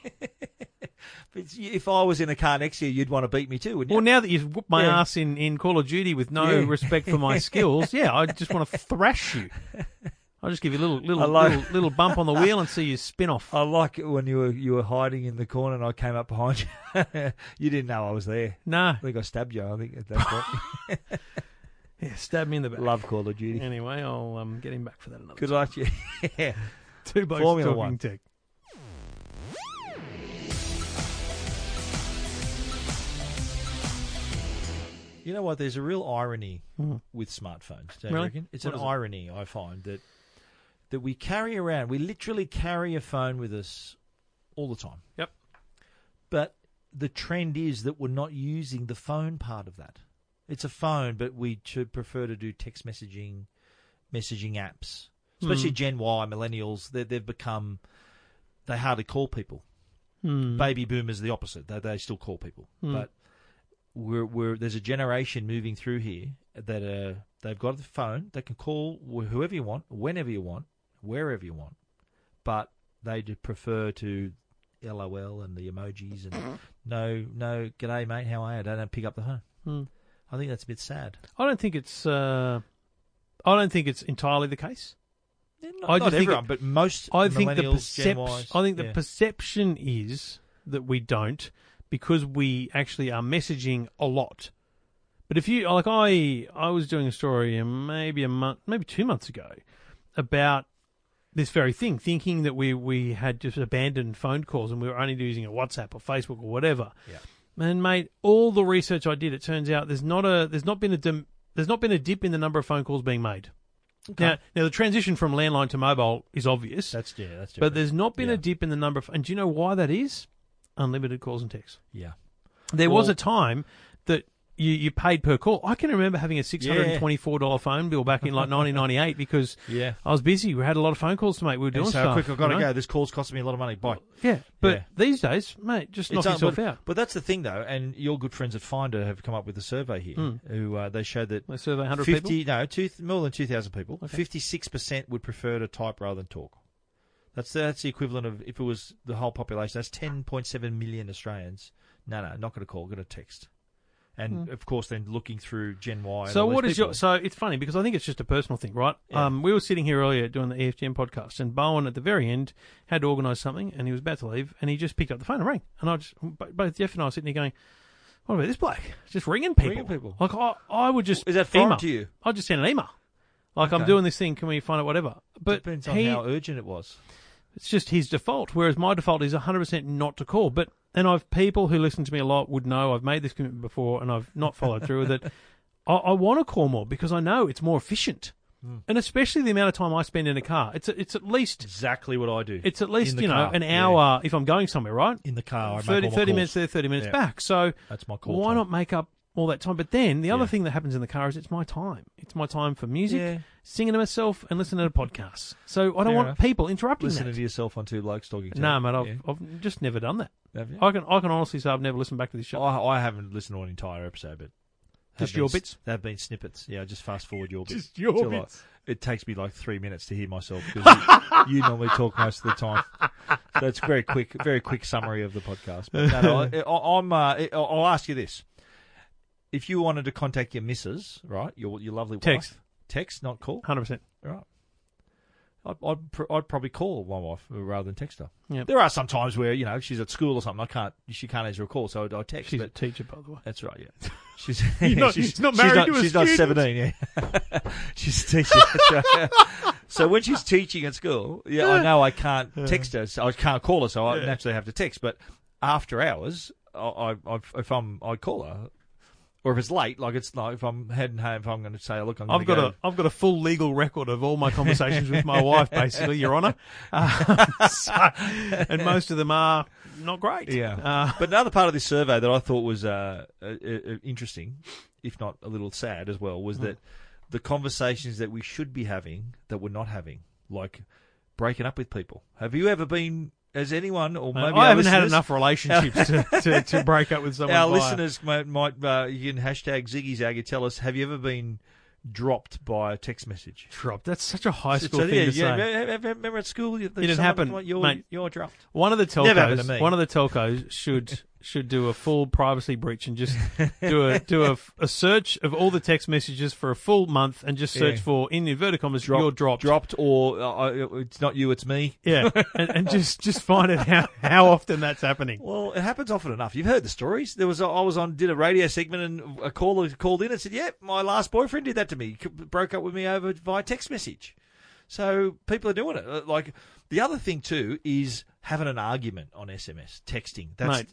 But if I was in a car next year, you'd want to beat me too, wouldn't you?
Well, now that you've whooped my
Yeah.
ass in, in Call of Duty with no
Yeah.
respect for my skills, yeah, I just want to thrash you. I'll just give you a little little,
I like-
little little bump on the wheel and see you spin off.
I like it when you were you were hiding in the corner and I came up behind you. you didn't know I was there.
no,
I think I stabbed you. I think at that point.
yeah, stab me in the back.
Love Call of Duty.
Anyway, I'll um, get him back for that another.
Good luck to you. yeah.
Two blokes
Formula
talking
One.
tech.
You know what? There's a real irony with smartphones. Don't you
Hmm. Really?
reckon? It's
What
an
is it?
irony I find that that we carry around. We literally carry a phone with us all the time.
Yep.
But the trend is that we're not using the phone part of that. It's a phone, but we should prefer to do text messaging, messaging apps,
Hmm.
especially Gen Y millennials. They, they've become they hardly call people.
Hmm. Mm-hmm.
Baby boomers the opposite. They they still call people, but we're we're there's a generation moving through here that uh they've got the phone. They can call wh- whoever you want, whenever you want, wherever you
Mm-hmm.
want, but they do prefer to LOL and the emojis and no, no, g'day, mate, how are you? I don't pick up the phone.
Hmm.
I think that's a bit sad.
I don't think it's. Uh, I don't think it's entirely the case. I
Not,
just
not
think
everyone,
it-
but most
I think the
millennials, Gen Ys,
perception. I think the
yeah.
perception is that we don't because we actually are messaging a lot. But if you like, I I was doing a story um, maybe a month, maybe two months ago, about this very thing, thinking that we we had just abandoned phone calls and we were only using a WhatsApp or Facebook or whatever.
Yeah.
Man, mate, all the research I did, it turns out there's not a there's not been a dim, there's not been a dip in the number of phone calls being made. Now, now the transition from landline to mobile is obvious.
that's yeah, that's different.
But there's not been
Yeah.
a dip in the number of, and do you know why that is? Unlimited calls and texts.
yeah,
There was
Well-
a time that you, you paid per call. I can remember having a six hundred and twenty four dollar phone bill back in like nineteen ninety eight because
yeah.
I was busy. We had a lot of phone calls to make. We were doing
so
stuff.
quick, I've got to
you know?
go. This call's costing me a lot of money. Bye.
Yeah, but
Yeah.
these days, mate, just knock
It's un-
yourself
but,
out.
But that's the thing, though, and your good friends at Finder have come up with a survey here, who uh, they showed that
They survey Hmm. hundred people.
fifty no two, more than two thousand people, fifty six percent would prefer to type rather than talk. That's that's the equivalent of if it was the whole population. That's ten point seven million Australians. No, no, not going to call. Going to text. And of course, then looking through Gen Y. and
Hmm. So
all these
what is
people.
your? So it's funny because I think it's just a personal thing, right?
Yeah.
Um, we were sitting here earlier doing the E EFGM podcast, and Bowen at the very end had to organise something, and he was about to leave, and he just picked up the phone and rang, and I just bo- both Jeff and I were sitting here going, "What about this bloke? Just ringing people?
Ringing people.
Like I, I would just
Is that foreign
email.
to you?
I just send an email. Like I'm
Okay.
doing this thing. Can we find out whatever? But
depends on
he,
how urgent it was.
it's just his default. Whereas my default is 100% not to call. But and I've people who listen to me a lot would know I've made this commitment before and I've not followed through with it. I, I want to call more because I know it's more efficient,
Hmm.
and especially the amount of time I spend in a car. It's it's at least
Exactly what I do.
it's at
In
least
the
you know
car.
an
Yeah.
hour if I'm going somewhere, right?
in the car. I make
Thirty
all my
thirty
calls.
minutes there, 30 minutes
Yeah.
back. So
That's my call.
why
time.
not make up all that time? But then the other
Yeah.
thing that happens in the car is it's my time. It's my time for music,
Yeah.
singing to myself, and listening to podcasts. So I don't
Fair
want
enough.
people interrupting
listening
that.
to yourself on two blokes talking? to
No,
you.
mate, I've,
Yeah.
I've just never done that.
Have you?
I can I can honestly say I've never listened back to this show.
I, I haven't listened to an entire episode, but have
Just
been
your
s-
bits?
They've been snippets. Yeah, I just fast forward your bits.
Just your
till I-
bits.
it takes me like three minutes to hear myself because you, you normally talk most of the time. So it's very quick, very quick summary of the podcast. But no, no, I, I, I'm. Uh, I- I'll ask you this: if you wanted to contact your missus, right, your your lovely
Text.
wife, text, not call,
Hundred percent.
right? I'd I'd, pr- I'd probably call my wife rather than text her.
Yep.
There are some times where you know she's at school or something. I can't. She can't answer a call, so I, I text.
She's
but
a teacher, by the way.
that's right. Yeah, she's
not- she's not married to a
She's not
student.
seventeen. Yeah, she's teaching. That's right. So when she's teaching at school, yeah, I know I can't text her. So I can't call her, so I naturally have to text. But after hours, I, I I've- if I'm I call her, or if it's late, like it's like if I'm heading home, if I'm going to say, look, I'm.
I've got
gonna
a I've got a full legal record of all my conversations with my wife, basically, Your Honour, Uh, so- and most of them are not great.
Yeah.
Uh,
but another part of this survey that I thought was uh, uh, uh, interesting, if not a little sad as well,
Hmm.
was that the conversations that we should be having that we're not having, like breaking up with people. Have you ever been? Has anyone or maybe our
I haven't had
listeners-
enough relationships to, to, to break up with someone.
Our
via-
listeners might, might uh, you can hashtag Ziggy Zaggy tell us. Have you ever been dropped by a text message?
dropped. That's such a high
So-
school
so,
thing
yeah,
to
yeah,
say.
remember- Remember at school, it
didn't happen,
You're,
mate.
you're dropped.
One of the
Never happened to
telcos,
me.
one of the telcos should should do a full privacy breach and just do a do a, a search of all the text messages for a full month and just search
Yeah.
for in inverted commas
Drop-
you're dropped.
dropped, or uh, uh, it's not you, it's me.
Yeah, and, and just just find out how, how often that's happening.
Well, it happens often enough. You've heard the stories. There was a, I was on did a radio segment and a caller called in and said, "Yeah, my last boyfriend did that to me. C- Broke up with me over via text message." So people are doing it. Uh, Like the other thing too is having an argument on SMS texting. That's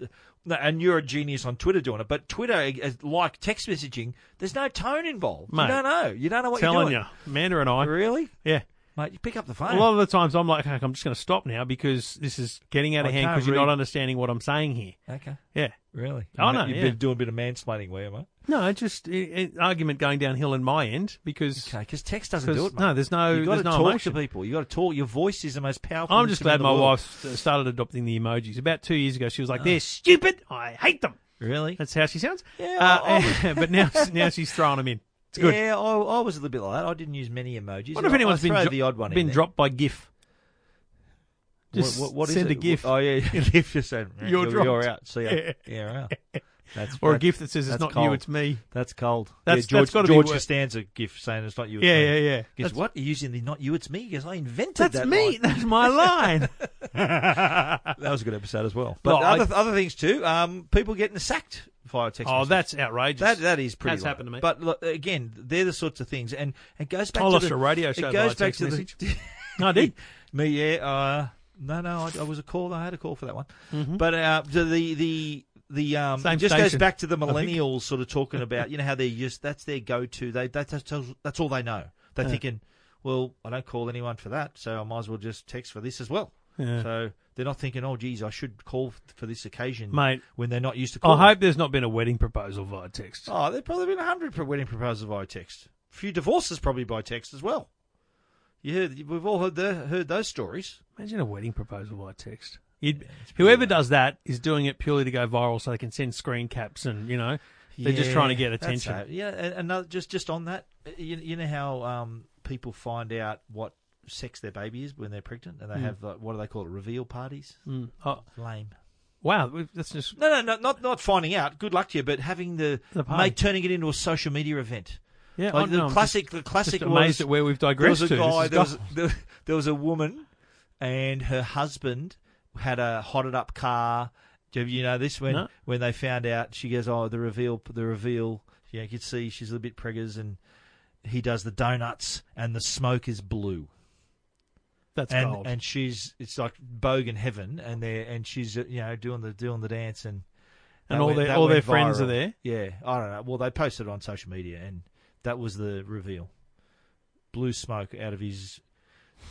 no, and you're a genius on Twitter doing it, but Twitter is like text messaging. There's no tone involved.
Mate.
you don't know. You don't know what
Telling
you're
you, Amanda and I,
doing. Really,
yeah.
mate? You pick up the
A
phone.
lot of the times I'm like, "Okay, I'm just going to stop now because this is getting out of
I
hand
can't
because you're
read-
not understanding what I'm saying here.
okay,
Yeah.
really?
Oh,
You-
no,
you've
yeah.
been doing a bit of mansplaining, where am I?
No, it's just i i argument going downhill in my end because
Okay, because text doesn't do
'Cause,
it. Mate.
no, there's no-
You got
there's
to
no
talk
emotion.
to people. You got to talk. Your voice is the most powerful.
I'm just glad
instrument in
my
the world. Ah.
wife st- started adopting the emojis. About two years ago, she was like, "They're stupid. I hate them."
Really?
That's how she sounds.
Yeah,
uh, but now now she's throwing them in. It's good.
Yeah, I, I was a little bit like that. I didn't use many emojis.
I wonder if
I-
anyone's
I
been
throw
dro-
the odd one in
been
there.
dropped by GIF. Just
what, what, what is
send
it?
a GIF.
Oh yeah, if you said
You're
you're, you're
dropped.
out, see, ya. you're out. That's
or a
that's-
GIF that says it's
that's
not you,
cold.
it's me.
That's cold.
That's-
yeah, George,
that's gotta be
George
worse.
Costanza gif saying it's not you. It's
Yeah,
me.
yeah, yeah.
He goes,
That's-
what? You're using the not you, it's me. He goes, I invented
That's
that.
me.
line."
That's my line.
that was a good episode as well. But
Well, I-
other other things too. Um, people getting sacked via text.
oh,
messages.
that's outrageous.
That that is pretty.
That's
low.
happened to me.
But look, again, they're the sorts of things, and it goes back.
I
to
lost
the,
a radio show
It
via
goes back
text
to
message.
the.
I did.
me, yeah. Uh, no, no, I, I was a call. I had a call for that one. But uh, the the the. The um
Mm-hmm. Same
it just goes
station,
back to the
I think.
millennials sort of talking about you know how they're just that's their go to they that, that's that's all they know they're thinking well I don't call anyone for that so I might as well just text for this as well
Yeah.
so they're not thinking oh geez I should call f- for this occasion
Mate,
when they're not used to
I
calling
hope there's not been a wedding proposal via text.
Oh, there've probably been a hundred wedding proposals by text. A few divorces probably by text as well. You heard, we've all heard the, heard those stories.
Imagine a wedding proposal via text. You'd, whoever does that is doing it purely to go viral so they can send screen caps and, you know, they're just trying to get
that's
attention.
it. Yeah, and another just just on that, you, you know how um, people find out what sex their baby is when they're pregnant, and they have like, what do they call it? Reveal parties.
Mm. Oh,
Lame.
wow, we- that's just.
No, no, no, not not finding out. Good luck to you, but having the,
The party.
mate turning it into a social media event.
Yeah, oh,
Like the
no, I'm just-
classic, the classic
just amazed
was-
at where we've
There was
digressed
a
to. This
guy.
is
There was,
gone.
there, there was a woman, and her husband had a hotted up car. Do you know this when
No.
when they found out? She goes, "Oh, the reveal, the reveal." Yeah, you could see she's a little bit preggers, and he does the donuts, and the smoke is blue,
That's
and
gold.
and she's it's like bogan heaven, and they're and she's uh, you know doing the doing the dance, and
And
that
all
went-
their-
that
all their
went
friends are
viral.
there?
Yeah, I don't know. Well, they posted it on social media, and that was the reveal. Blue smoke out of his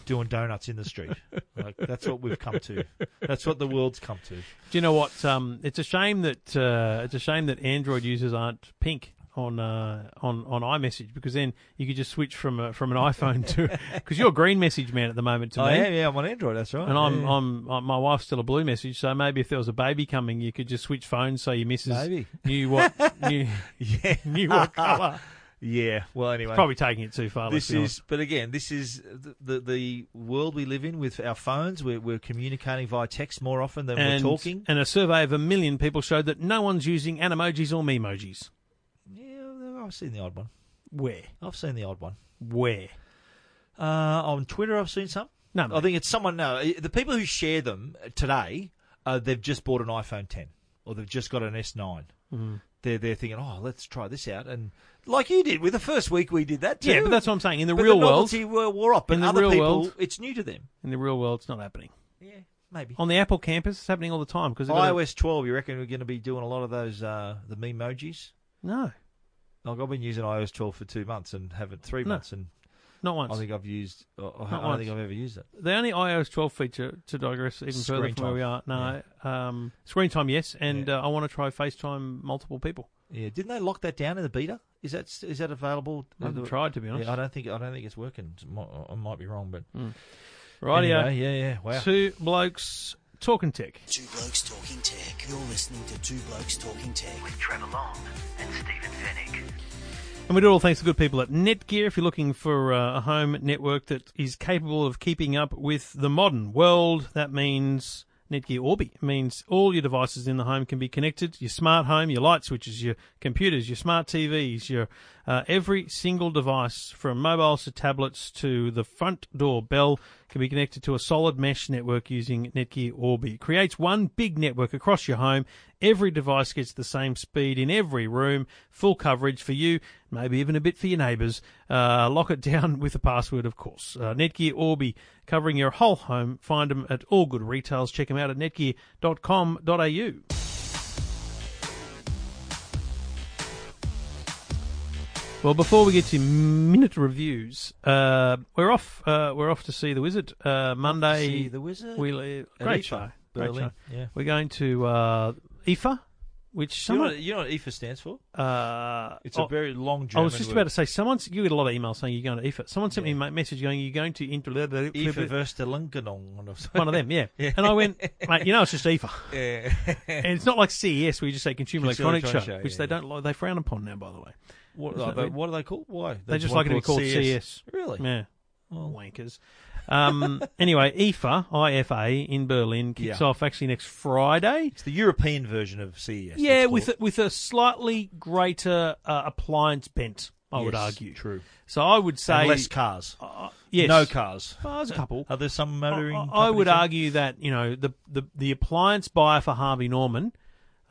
doing donuts in the street. like that's what we've come to. That's what the world's come to.
Do you know what? Um, it's a shame that uh, it's a shame that Android users aren't pink on uh, on on iMessage because then you could just switch from a, from an iPhone to because you're a green message man at the moment to me.
yeah, I'm on Android. That's right.
And I'm, I'm, i my wife's still a blue message, so maybe if there was a baby coming, you could just switch phones so your missus
Maybe.
knew what knew,
yeah,
knew what colour.
yeah. Well, anyway,
Probably taking it too far. let's
this
be honest.
is. But again, this is the, the the world we live in with our phones. We're we're communicating via text more often than
and,
we're talking.
And a survey of a million people showed that no one's using animojis or memojis.
Yeah, I've seen the odd one.
Where?
I've seen the odd one.
Where?
Uh, on Twitter, I've seen some.
No, mate.
I think it's someone. No, eh, the people who share them today, uh, they've just bought an iPhone 10 or they've just got an S9. Mm. They're they're thinking, oh, let's try this out, and like you did with the first week, we did that too.
yeah, but that's what I'm saying. In the
But
real
the
world,
novelty wore, wore off. But
In the
other
real
people,
world-
it's new to them.
in the real world, it's not happening.
Yeah, maybe.
On the Apple campus, it's happening all the time because
iOS 12, you reckon we're going to be doing a lot of those uh, the memojis?
no,
Like I've been using iOS 12 for two months and haven't three
No.
months, and
not once.
I think I've used. I, I
Not
don't
once.
think I've ever used it.
the only iOS 12 feature to digress even further
Screen
from where we are.
time.
No, um, screen time, yes, and
Yeah.
uh, I want to try FaceTime multiple people.
Yeah, didn't they lock that down in the beta? Is that is that available?
I haven't tried to be honest.
Yeah, I don't think I don't think it's working. It might- I might be wrong, but
Rightio,
anyway, yeah, yeah, wow.
two blokes talking tech.
Two Blokes Talking Tech. You're listening to Two Blokes Talking Tech.
with Trevor Long and Stephen Finnick.
And we do it all thanks to good people at Netgear. If you're looking for uh, a home network that is capable of keeping up with the modern world, that means Netgear Orbi. It means all your devices in the home can be connected your smart home, your light switches, your computers, your smart TVs, your uh, every single device from mobiles to tablets to the front door bell can be connected to a solid mesh network using Netgear Orbi. It creates one big network across your home. Every device gets the same speed in every room, full coverage for you, maybe even a bit for your neighbours. Uh, lock it down with a password, of course. Uh, Netgear Orbi, covering your whole home. Find them at all good retails. Check them out at netgear.com.au. Well, before we get to minute reviews, uh, we're off. Uh, we're off to see the Wizard uh, Monday.
See the wizard.
We leave.
At
Great
IFA,
show. Great
Berlin.
show.
Yeah.
We're going to uh, IFA, which
You know,
someone.
what, you know what IFA stands for?
Uh,
It's
oh,
a very long
I
German
was just about to say, someone's. You get a lot of emails saying you're going to IFA. Someone sent
Yeah.
me a message going, "You're going to Inter."
word. IFA versus the Lingenong or something.
One of them, yeah. And I went, mate, you know, it's just IFA. and it's not like CES where you just say Consumer,
Consumer
Electronics Show,
Electronics Show,
which
yeah,
they
yeah.
don't. like. They frown upon now, by the way.
What,
Isn't
are
that
they,
weird?
what are they called? Why?
They
There's
just
one
like it to be called CS.
Really?
E Yeah.
Well-
Wankers. Um, anyway, IFA, IFA in Berlin kicks
Yeah.
off actually next Friday.
It's the European version of CES.
Yeah,
let's call
with
it.
a, with a slightly greater uh, appliance bent, I would
Yes,
argue.
True.
So I would say
And less cars.
uh, yes,
No Uh, cars.
Well, there's a couple.
Are there some
I,
motoring?
I- I would
companies that-
argue that you know the the, the appliance buyer for Harvey Norman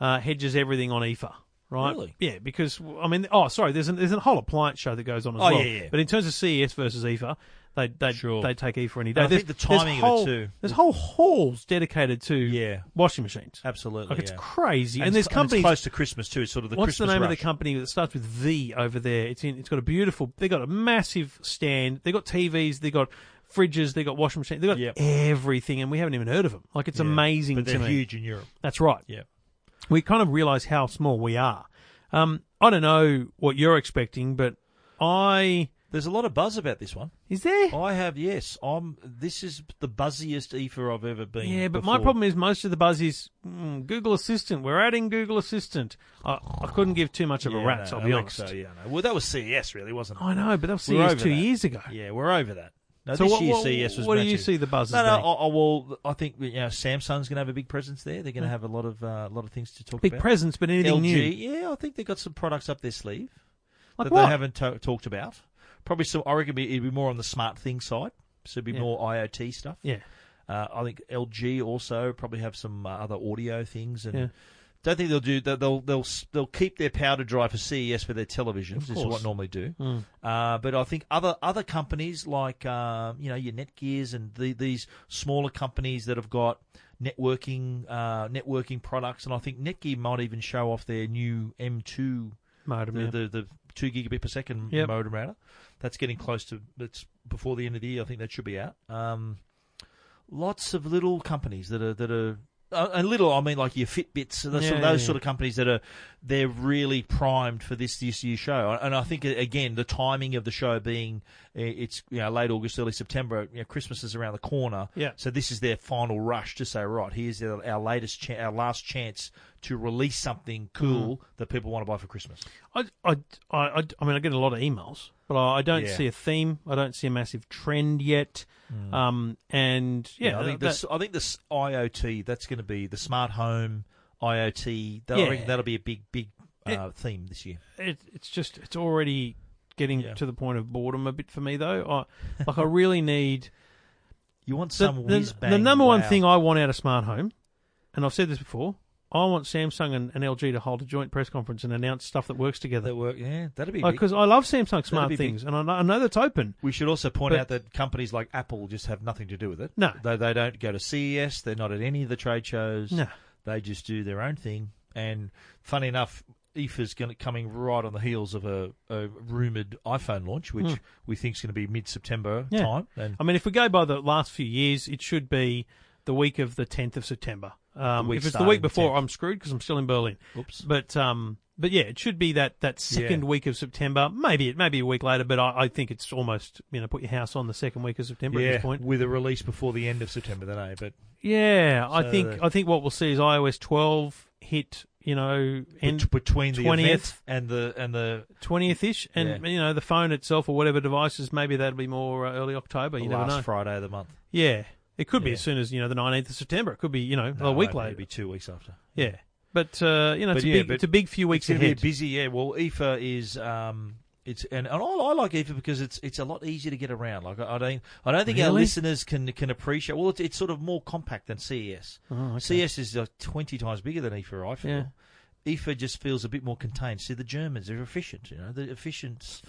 uh, hedges everything on IFA, right?
Really?
Yeah, because I mean, oh, sorry, there's an, there's a whole appliance show that goes on as
Oh,
well.
yeah, yeah.
But in terms of CES versus E IFA, they they
Sure.
they take IFA any day.
And I
There's-
think the
there's
timing of it
whole,
too.
There's whole halls dedicated to
Yeah.
washing machines.
Absolutely.
Like it's
yeah.
crazy, and,
it's-
there's companies.
it's close to Christmas too. It's sort of the
What's
Christmas
the name
rush.
of the company that starts with V over there? It's in. It's got a beautiful. They got a massive stand. They got TVs. They got fridges. They got washing machines. They got
Yep.
everything, and we haven't even heard of them. Like it's
Yeah.
amazing
But
to
they're
me.
huge in Europe.
That's right.
Yeah.
We kind of realize how small we are. Um, I don't know what you're expecting, but I
There's a lot of buzz about this one.
is there.
I have yes. I'm. This is the buzziest EFA I've ever been.
Yeah, but my
before.
problem is most of the buzz is mm, Google Assistant. We're adding Google Assistant. I, I couldn't give too much of a
Yeah,
rat's.
no,
I'll be
I think
honest.
So, yeah, no. Well, that was CES, really, wasn't it?
I know, but that was
We're
serious
over
two
that.
years ago.
Yeah, we're over that. No,
So
this
what-
year
what-
CES was
what do you
massive.
see the buzz as
No, no.
being?
I, I, well, I think you know Samsung's going to have a big presence there. They're going to have a lot of uh, lot of things to talk
Big
about.
presence, but anything
LG,
new?
yeah, I think they've got some products up their sleeve
Like
that
what?
they haven't to- talked about. Probably some. I reckon it'd be, it'd be more on the smart thing side. So it'd be
Yeah.
more IoT stuff.
Yeah.
Uh, I think LG also probably have some uh, other audio things, and
Yeah.
don't think they'll do. They'll they'll they'll, they'll keep their powder dry for CES for their televisions. This is
course. Hmm.
what I normally do. Uh, but I think other other companies like um, you know your Netgears and the, these smaller companies that have got networking uh, networking products, and I think Netgear might even show off their new M2
Modem,
the,
yeah.
the, the two gigabit per second
Yep.
modem router. That's getting close to that's before the end of the year. I think that should be out. Um, lots of little companies that are that are. Uh, and little, I mean, like your Fitbits, and those, sort, of,
Yeah,
those
yeah,
sort of companies that are they're really primed for this this year's show. And I think again, the timing of the show being uh, it's you know, late August, early September. You know, Christmas is around the corner,
Yeah.
So this is their final rush to say, right, here's our, our latest, cha- our last chance to release something
Mm.
cool that people want to buy for Christmas.
I, I, I, I- I mean, I get a lot of emails, but I, I don't
Yeah. Mm.
see a theme. I don't see a massive trend yet. Um, and yeah, uh,
Yeah, I think
that-
this. I think this IoT. That's going to be the smart home IoT. That,
Yeah.
I reckon that'll be a big, big uh,
Yeah.
theme this year.
it, it's just it's already getting
Yeah.
to the point of boredom a bit for me though. I, like I really need
You want
the,
some whiz
the,
bang?
the number one thing I want out of smart home, and I've said this before. I want Samsung and, and LG to hold a joint press conference and announce stuff that works together.
that work. Yeah, that'd be. big.
Because I love Samsung
be
smart
big.
things, and I know, I know that's open.
we should also point
But-
out that companies like Apple just have nothing to do with it.
No.
they, they don't go to CES. They're not at any of the trade shows.
No.
they just do their own thing. And funny enough, E IFA's going to coming right on the heels of a, a rumored iPhone launch, which we think is going to be mid September
Hmm. Yeah.
time. And
I mean, if we go by the last few years, it should be the week of the 10th of September. Um,
The week
if it's the
starting
week
the
before,
10th.
I'm screwed because I'm still in Berlin.
oops.
But um, but yeah, it should be that, that second
Yeah.
week of September. Maybe it maybe a week later, but I, I think it's almost you know put your house on the second week of September at this point.
with a release before the end of September, then, eh? But
Yeah, I
So
think
the-
I think what we'll see is iOS 12 hit you know
bet-
end
between the
20th.
event and the and the
20th ish, and
Yeah.
you know the phone itself or whatever devices maybe that'll be more uh, early October. You never
last
know.
Friday of the month,
Yeah. It could be
Yeah.
as soon as, you know, the 19th of September. It could be, you know,
No,
a week
it'll
later.
be two weeks after.
Yeah. But, uh, you know, it's,
But
a
yeah,
big,
but
it's a big few weeks
it's gonna
ahead.
be a busy. Yeah, well, IFA is um, it's and, and I, I like IFA because it's it's a lot easier to get around. Like I, I don't I don't think our
Really?
listeners can can appreciate. Well, it's, it's sort of more compact than E CES. CES is like twenty times bigger than IFA. I feel.
Oh, Yeah.
IFA just feels a bit more contained. See, the Germans are efficient, you know, the efficient,
Worst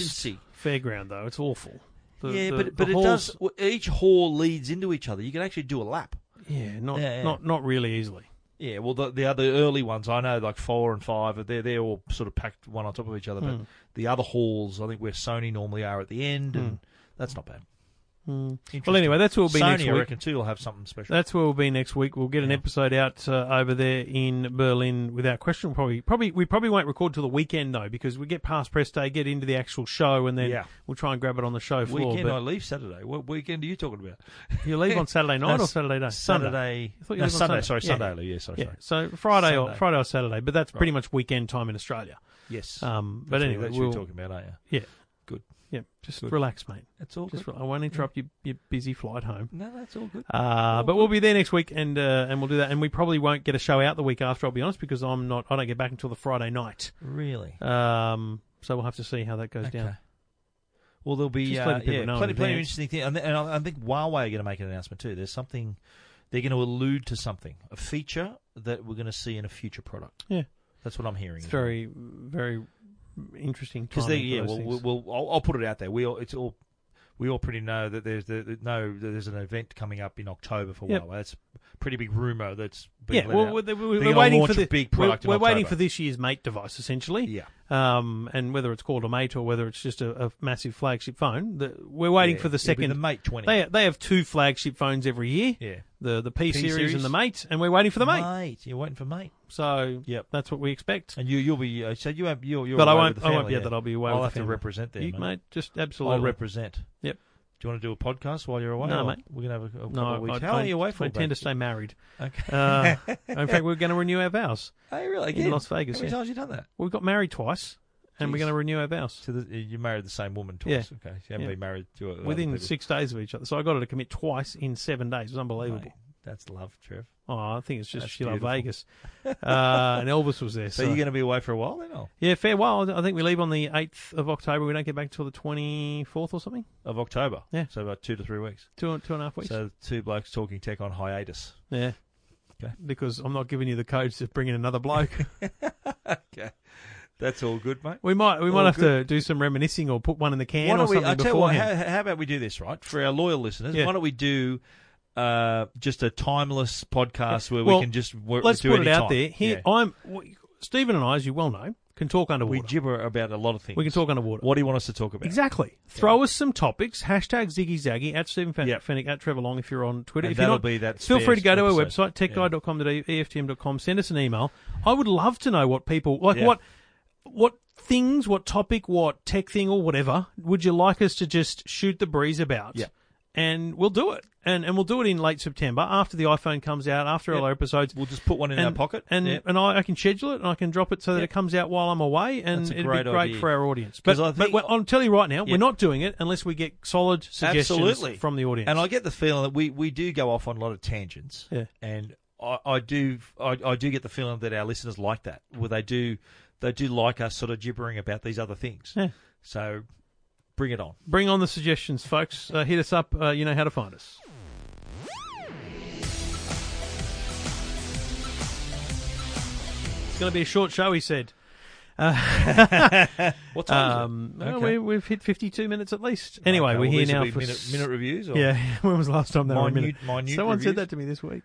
efficiency.
fairground, though. It's awful. The-
yeah,
the-
but
the
but it
halls-
does. Each hall leads into each other. You can actually do a lap.
Yeah, not,
Yeah, yeah.
not not really easily.
Yeah, well, the, the other early ones I know, like four and five, they're they're all sort of packed one on top of each other. But the other halls, I think where Sony normally are at the end, and that's not bad.
Well, anyway, that's where we'll be
Hmm. Sony,
next
I
week.
reckon too, will have something special.
That's where we'll be next week. We'll get an episode out uh, over there in Berlin without question. Probably, probably we probably won't record till the weekend though, because we get past press day, get into the actual show, and then
Yeah.
we'll try and grab it on the show floor.
weekend I
but
leave Saturday. What weekend are you talking about?
you leave on Saturday night
No,
or Saturday day?
Saturday.
I thought you
no,
lived on Sunday.
Uh, Sunday. Sorry,
Yeah.
Sunday. I leave, Yeah, sorry,
Yeah,
Oh, sorry.
so Friday or
Sunday.
Friday or Saturday, but that's pretty much weekend time in Australia.
Yes.
Um, but
That's what-
anyway,
that's what
we'll
you're talking about, aren't you?
yeah,
Good.
Yeah, just
Good.
relax, mate.
That's all.
Just
good.
re- I won't interrupt your, your busy flight home.
no, that's all good.
Uh, but we'll be there next week, and uh, and we'll do that. And we probably won't get a show out the week after. I'll be honest, because I'm not. I don't get back until the Friday night.
Really.
Um, so we'll have to see how that goes down.
Well, there'll be
Just
uh,
letting people
yeah,
know in
plenty, plenty of
advance.
interesting things, and, and I I think Huawei are going to make an announcement too. There's something they're going to allude to something, a feature that we're going to see in a future product.
Yeah.
that's what I'm hearing.
It's very very interesting.
because they
timing for
yeah.
those
Well,
things.
we'll, we'll I'll, I'll put it out there. We all it's all we all pretty know that there's the, the- no that there's an event coming up in October for
Yep.
Huawei. That's a pretty big rumor that's been
yeah,
let
well,
out.
we're, we're,
They're gonna
waiting for
launch a
the
big
we're-
product in
We're, waiting for
October.
this year's mate device, essentially.
yeah.
Um, and whether it's called a mate or whether it's just a, a massive flagship phone, the, we're waiting
Yeah.
for the
It'll be
second.
the Mate 20.
They they have two flagship phones every year.
yeah,
The the P, series,
series.
and the mate, and we're waiting for the mate.
You're waiting for mate,
So
Yep.
that's what we expect.
and you you'll be uh, so you have you're, you're
But I
away
won't.
with the
I won't
family,
be
yeah.
at that. I'll be away.
I'll
with
have
the
to
family.
represent there,
you,
mate.
Just
I'll
absolutely.
represent.
Yep.
Do you want to do a podcast while you're away?
No,
or
mate.
We're gonna have a, a couple
no,
of
I,
weeks. How
I,
long are you away for?
I
babe?
intend to stay married.
Okay.
Uh, in fact, we're going to renew our vows.
Hey, really?
in Las Vegas,
How many
yeah.
times you done that?
We got married twice, and we're
Jeez.
going to renew our vows
So the, you married the same woman twice. Okay. So you haven't
Yeah.
been married to other
within
people.
six days of each other. So I got her to commit twice in seven days. It was unbelievable.
Mate, that's love, Trev.
Oh, I think it's just
That's
she loved
beautiful.
Vegas, uh, and Elvis was there. So,
So, you're going to be away for a while then, or?
yeah, farewell. I think we leave on the eighth of October. We don't get back until the twenty fourth or something.
Of October.
Yeah.
So about two to three weeks.
Two two and a half weeks.
So two blokes talking tech on hiatus.
yeah.
Okay.
Because I'm not giving you the codes to bring in another bloke.
Okay. That's all good, mate.
we might we
All
might have to do some reminiscing or put one in the can
why
or
don't we?
something
I tell you what.
beforehand.
How, how about we do this, right? For our loyal listeners,
Yeah.
why don't we do uh, just a timeless podcast where
Well,
we can just work,
Let's
do
put it
any
out
time.
there. Here,
Yeah.
I'm w- Stephen and I, as you well know, can talk
we
underwater. We,
gibber about a lot of things.
can talk underwater.
What do you want us to talk about?
Exactly. Throw us some topics. Hashtag Ziggy Zaggy at Stephen Fen-
Yep.
Fennick at Trevor Long if you're on Twitter.
And
if you're
that'll
not,
be that
feel free to go to our
episode.
website, techguide.com.au, EFTM.com. Send us an email. I would love to know what people like.
Yeah.
What what things, what topic, what tech thing, or whatever would you like us to just shoot the breeze about?
Yep.
And we'll do it. And and we'll do it in late September after the iPhone comes out, after all our episodes.
We'll just put one in
and,
our pocket.
and
Yeah.
and I, I can schedule it and I can drop it so that
Yeah.
it comes out while I'm away, and
That's a
it'd
great
be great
idea.
for our audience.
'Cause
But,
I
but
think-
we're- I'll tell you right now,
Yeah.
we're not doing it unless we get solid suggestions
Absolutely.
from the audience.
And I get the feeling that we, we do go off on a lot of tangents.
Yeah.
And I, I do I, I do get the feeling that our listeners like that. Well, they do they do like us sort of gibbering about these other things.
Yeah.
So bring it on.
Bring on the suggestions, folks. Uh, hit us up. Uh, you know how to find us. It's going to be a short show, he said.
What time
Um,
Ah, Okay.
well, we, we've hit 52 minutes at least. Anyway, we're here now for
minute,
s-
minute reviews. Or?
Yeah, when was the last time they were a minute?
Minute, minute
Someone said
reviews?
that to me this week.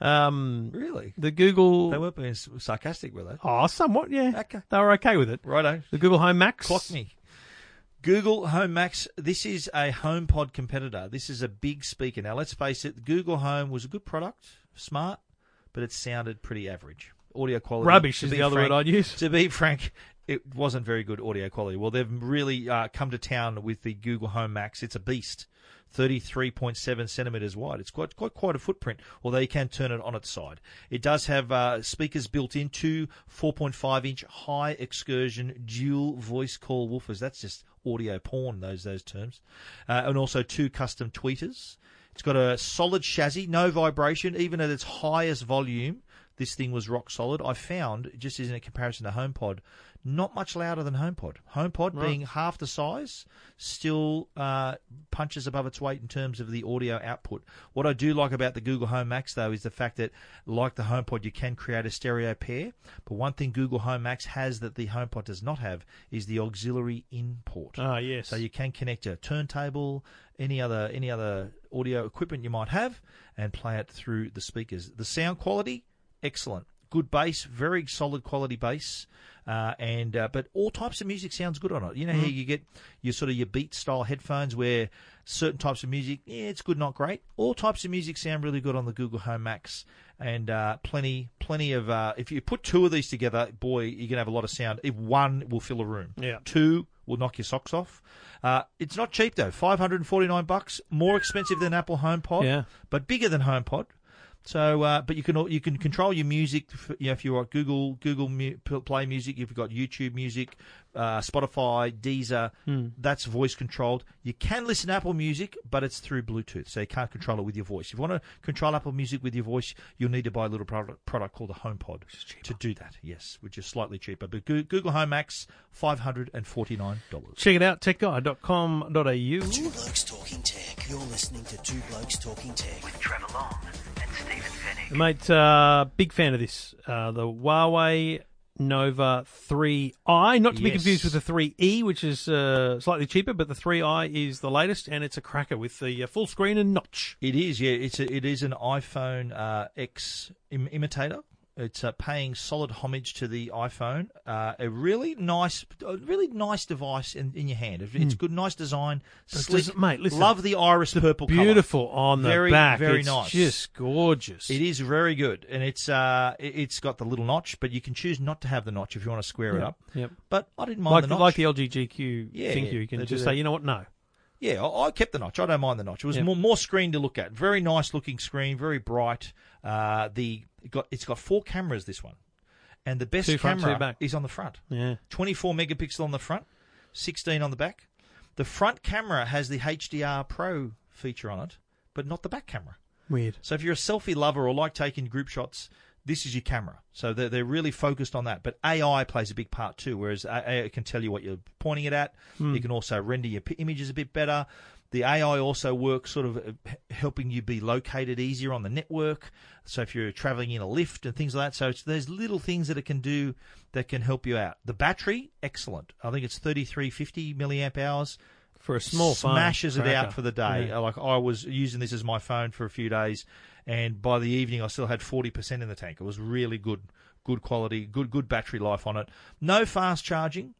Um,
Really?
the Google.
They weren't being s- sarcastic, were they?
Oh, somewhat, yeah.
Okay.
They were okay with it.
Righto.
The Google Home Max.
Clock me. Google Home Max. This is a HomePod competitor. This is a big speaker. Now, let's face it. Google Home was a good product, smart, but it sounded pretty average. Audio quality
Rubbish
to
is
be
the other
frank-
word I'd use.
To be frank, it wasn't very good audio quality. Well, they've really uh, come to town with the Google Home Max. It's a beast. 33.7 centimeters wide. It's quite quite quite a footprint, although you can turn it on its side. It does have uh, speakers built in, two 4.5 inch high excursion dual voice call woofers. That's just audio porn. Those those terms, uh, and also two custom tweeters. It's got a solid chassis, no vibration, even at its highest volume. This thing was rock solid. I found, just as in a comparison to HomePod, not much louder than HomePod. HomePod being half the size, still uh, punches above its weight in terms of the audio output. What I do like about the Google Home Max, though, is the fact that, like the HomePod, you can create a stereo pair. But one thing Google Home Max has that the HomePod does not have is the auxiliary input.
Ah, yes.
So you can connect a turntable, any other any other audio equipment you might have, and play it through the speakers. The sound quality, excellent, good bass, very solid quality bass, uh, and uh, but all types of music sounds good on it. You know how you get your sort of your beat style headphones where certain types of music, yeah, it's good, not great. All types of music sound really good on the Google Home Max, and uh, plenty plenty of uh, if you put two of these together, boy, you're gonna have a lot of sound. If one will fill a room,
Yeah.
two will knock your socks off. Uh, it's not cheap though, five hundred and forty nine bucks, more expensive than Apple HomePod,
Yeah.
but bigger than HomePod. So, uh, but you can al- you can control your music. f you know, if you're at Google Google Mu- P- Play Music, you've got YouTube Music, uh, Spotify, Deezer. That's voice controlled. You can listen to Apple Music, but it's through Bluetooth, so you can't control it with your voice. If you want to control Apple Music with your voice, you'll need to buy a little product, product called a HomePod to do that. Yes, which is slightly cheaper, but Goo- Google Home Max, five hundred and forty nine dollars.
Check it out, techguy.com.au.
Two Blokes Talking Tech. You're listening to Two Blokes Talking Tech.
with Trevor Long and Stephen Finnick.
Mate, uh, big fan of this. Uh, the Huawei Nova 3i, not to be
Yes.
confused with the 3e, which is uh, slightly cheaper, but the 3i is the latest, and it's a cracker with the uh, full screen and notch.
It is, yeah. It's a, it is an iPhone uh, X Im- imitator. It's uh, paying solid homage to the iPhone. Uh, a really nice, a really nice device in, in your hand. It's it's
Hmm.
good, nice design, slick.
doesn't- mate, listen,
love the iris purple. colour.
Beautiful on the
Very,
back.
very
It's
nice.
Just gorgeous.
It is very good, and it's uh, it- it's got the little notch, but you can choose not to have the notch if you want to square it up.
Yep.
But I didn't mind
Like
the
the,
notch.
like the LG GQ
Yeah,
thing,
yeah,
you can
they do
just
that.
say, you know what? No.
Yeah, I, I kept the notch. I don't mind the notch. It was
Yeah.
more more screen to look at. Very nice looking screen. Very bright. Uh, the it got it's got four cameras. This one, and the best
Two front,
camera
two back.
is on the front.
Yeah.
24 megapixel on the front, 16 on the back. The front camera has the HDR Pro feature on it, but not the back camera.
Weird.
So if you're a selfie lover or like taking group shots, this is your camera. So they're, they're really focused on that. But AI plays a big part too, whereas AI it can tell you what you're pointing it at. It can also render your p- images a bit better. The AI also works sort of uh, h- helping you be located easier on the network. So if you're traveling in a lift and things like that, so it's, there's little things that it can do that can help you out. The battery, excellent. I think it's 3350 milliamp hours
For a small phone,
smashes it
cracker.
out for the day.
Yeah.
Like I was using this as my phone for a few days, and by the evening I still had forty percent in the tank. It was really good, good quality, good good battery life on it. No fast charging,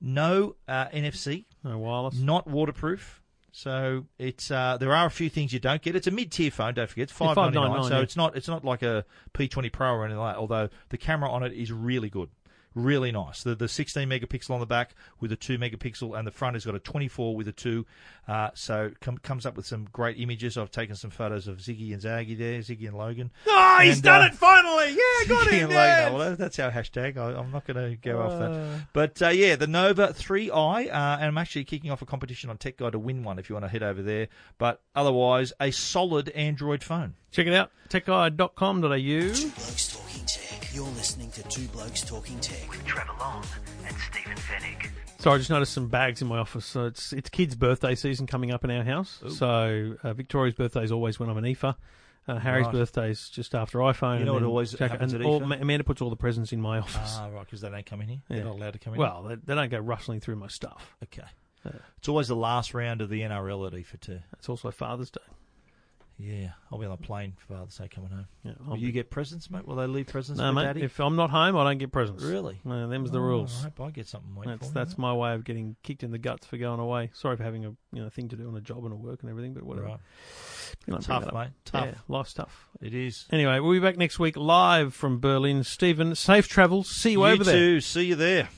no uh, NFC,
No wireless.
not waterproof. So it's uh, there are a few things you don't get. It's a mid tier phone. Don't forget, it's
Yeah,
five ninety nine.
$5.99,
So
yeah.
it's not it's not like a P twenty Pro or anything like. that, Although the camera on it is really good, really nice. The the sixteen megapixel on the back with a two megapixel, and the front has got a twenty four with a two. Uh, so it com- comes up with some great images. I've taken some photos of Ziggy and Zaggy there, Ziggy and Logan.
Oh,
he's And, done uh, it
finally. Yeah,
Yeah, like, no, well, that's our hashtag. I, I'm not going to go off that. But uh, yeah, the Nova 3i, uh, and I'm actually kicking off a competition on Tech Guy to win one if you want to head over there. But otherwise, a solid Android phone.
Check it out, techguide.com.au.
Two Blokes Talking Tech. You're listening to Two Blokes Talking Tech.
With Trevor Long and Stephen Finnick.
So I just noticed some bags in my office. So it's it's kids' birthday season coming up in our house. So uh, Victoria's birthday is always when I'm an EFA. Uh, Harry's
Right.
birthday is just after iPhone.
You know
and
what
then
always
Jack-
happens
and
at Ah,
all-
IFA?
Ma- Amanda puts all the presents in my office.
right, because they don't come in here.
Yeah.
They're not allowed to come in.
well, they, they don't go rustling through my stuff.
okay. uh, It's always the last round of the NRL at EFA too.
It's also Father's Day.
Yeah, I'll be on a plane for Father's Day coming home.
Yeah, I'll
Will you
be-
get presents, mate? Will they leave presents
no,
for
mate.
Daddy?
If I'm not home, I don't get presents.
Really?
No, them's the
Oh,
rules.
I hope I get something. Wait
That's
for
that's
me.
my way of getting kicked in the guts for going away. Sorry for having a you know thing to do on a job and a work and everything, but whatever.
Right.
You don't bring
Tough,
that up.
mate. Tough.
Yeah, life's tough.
It is.
Anyway, we'll be back next week live from Berlin. Stephen, safe travels. See you, over
you
there.
too. See you there.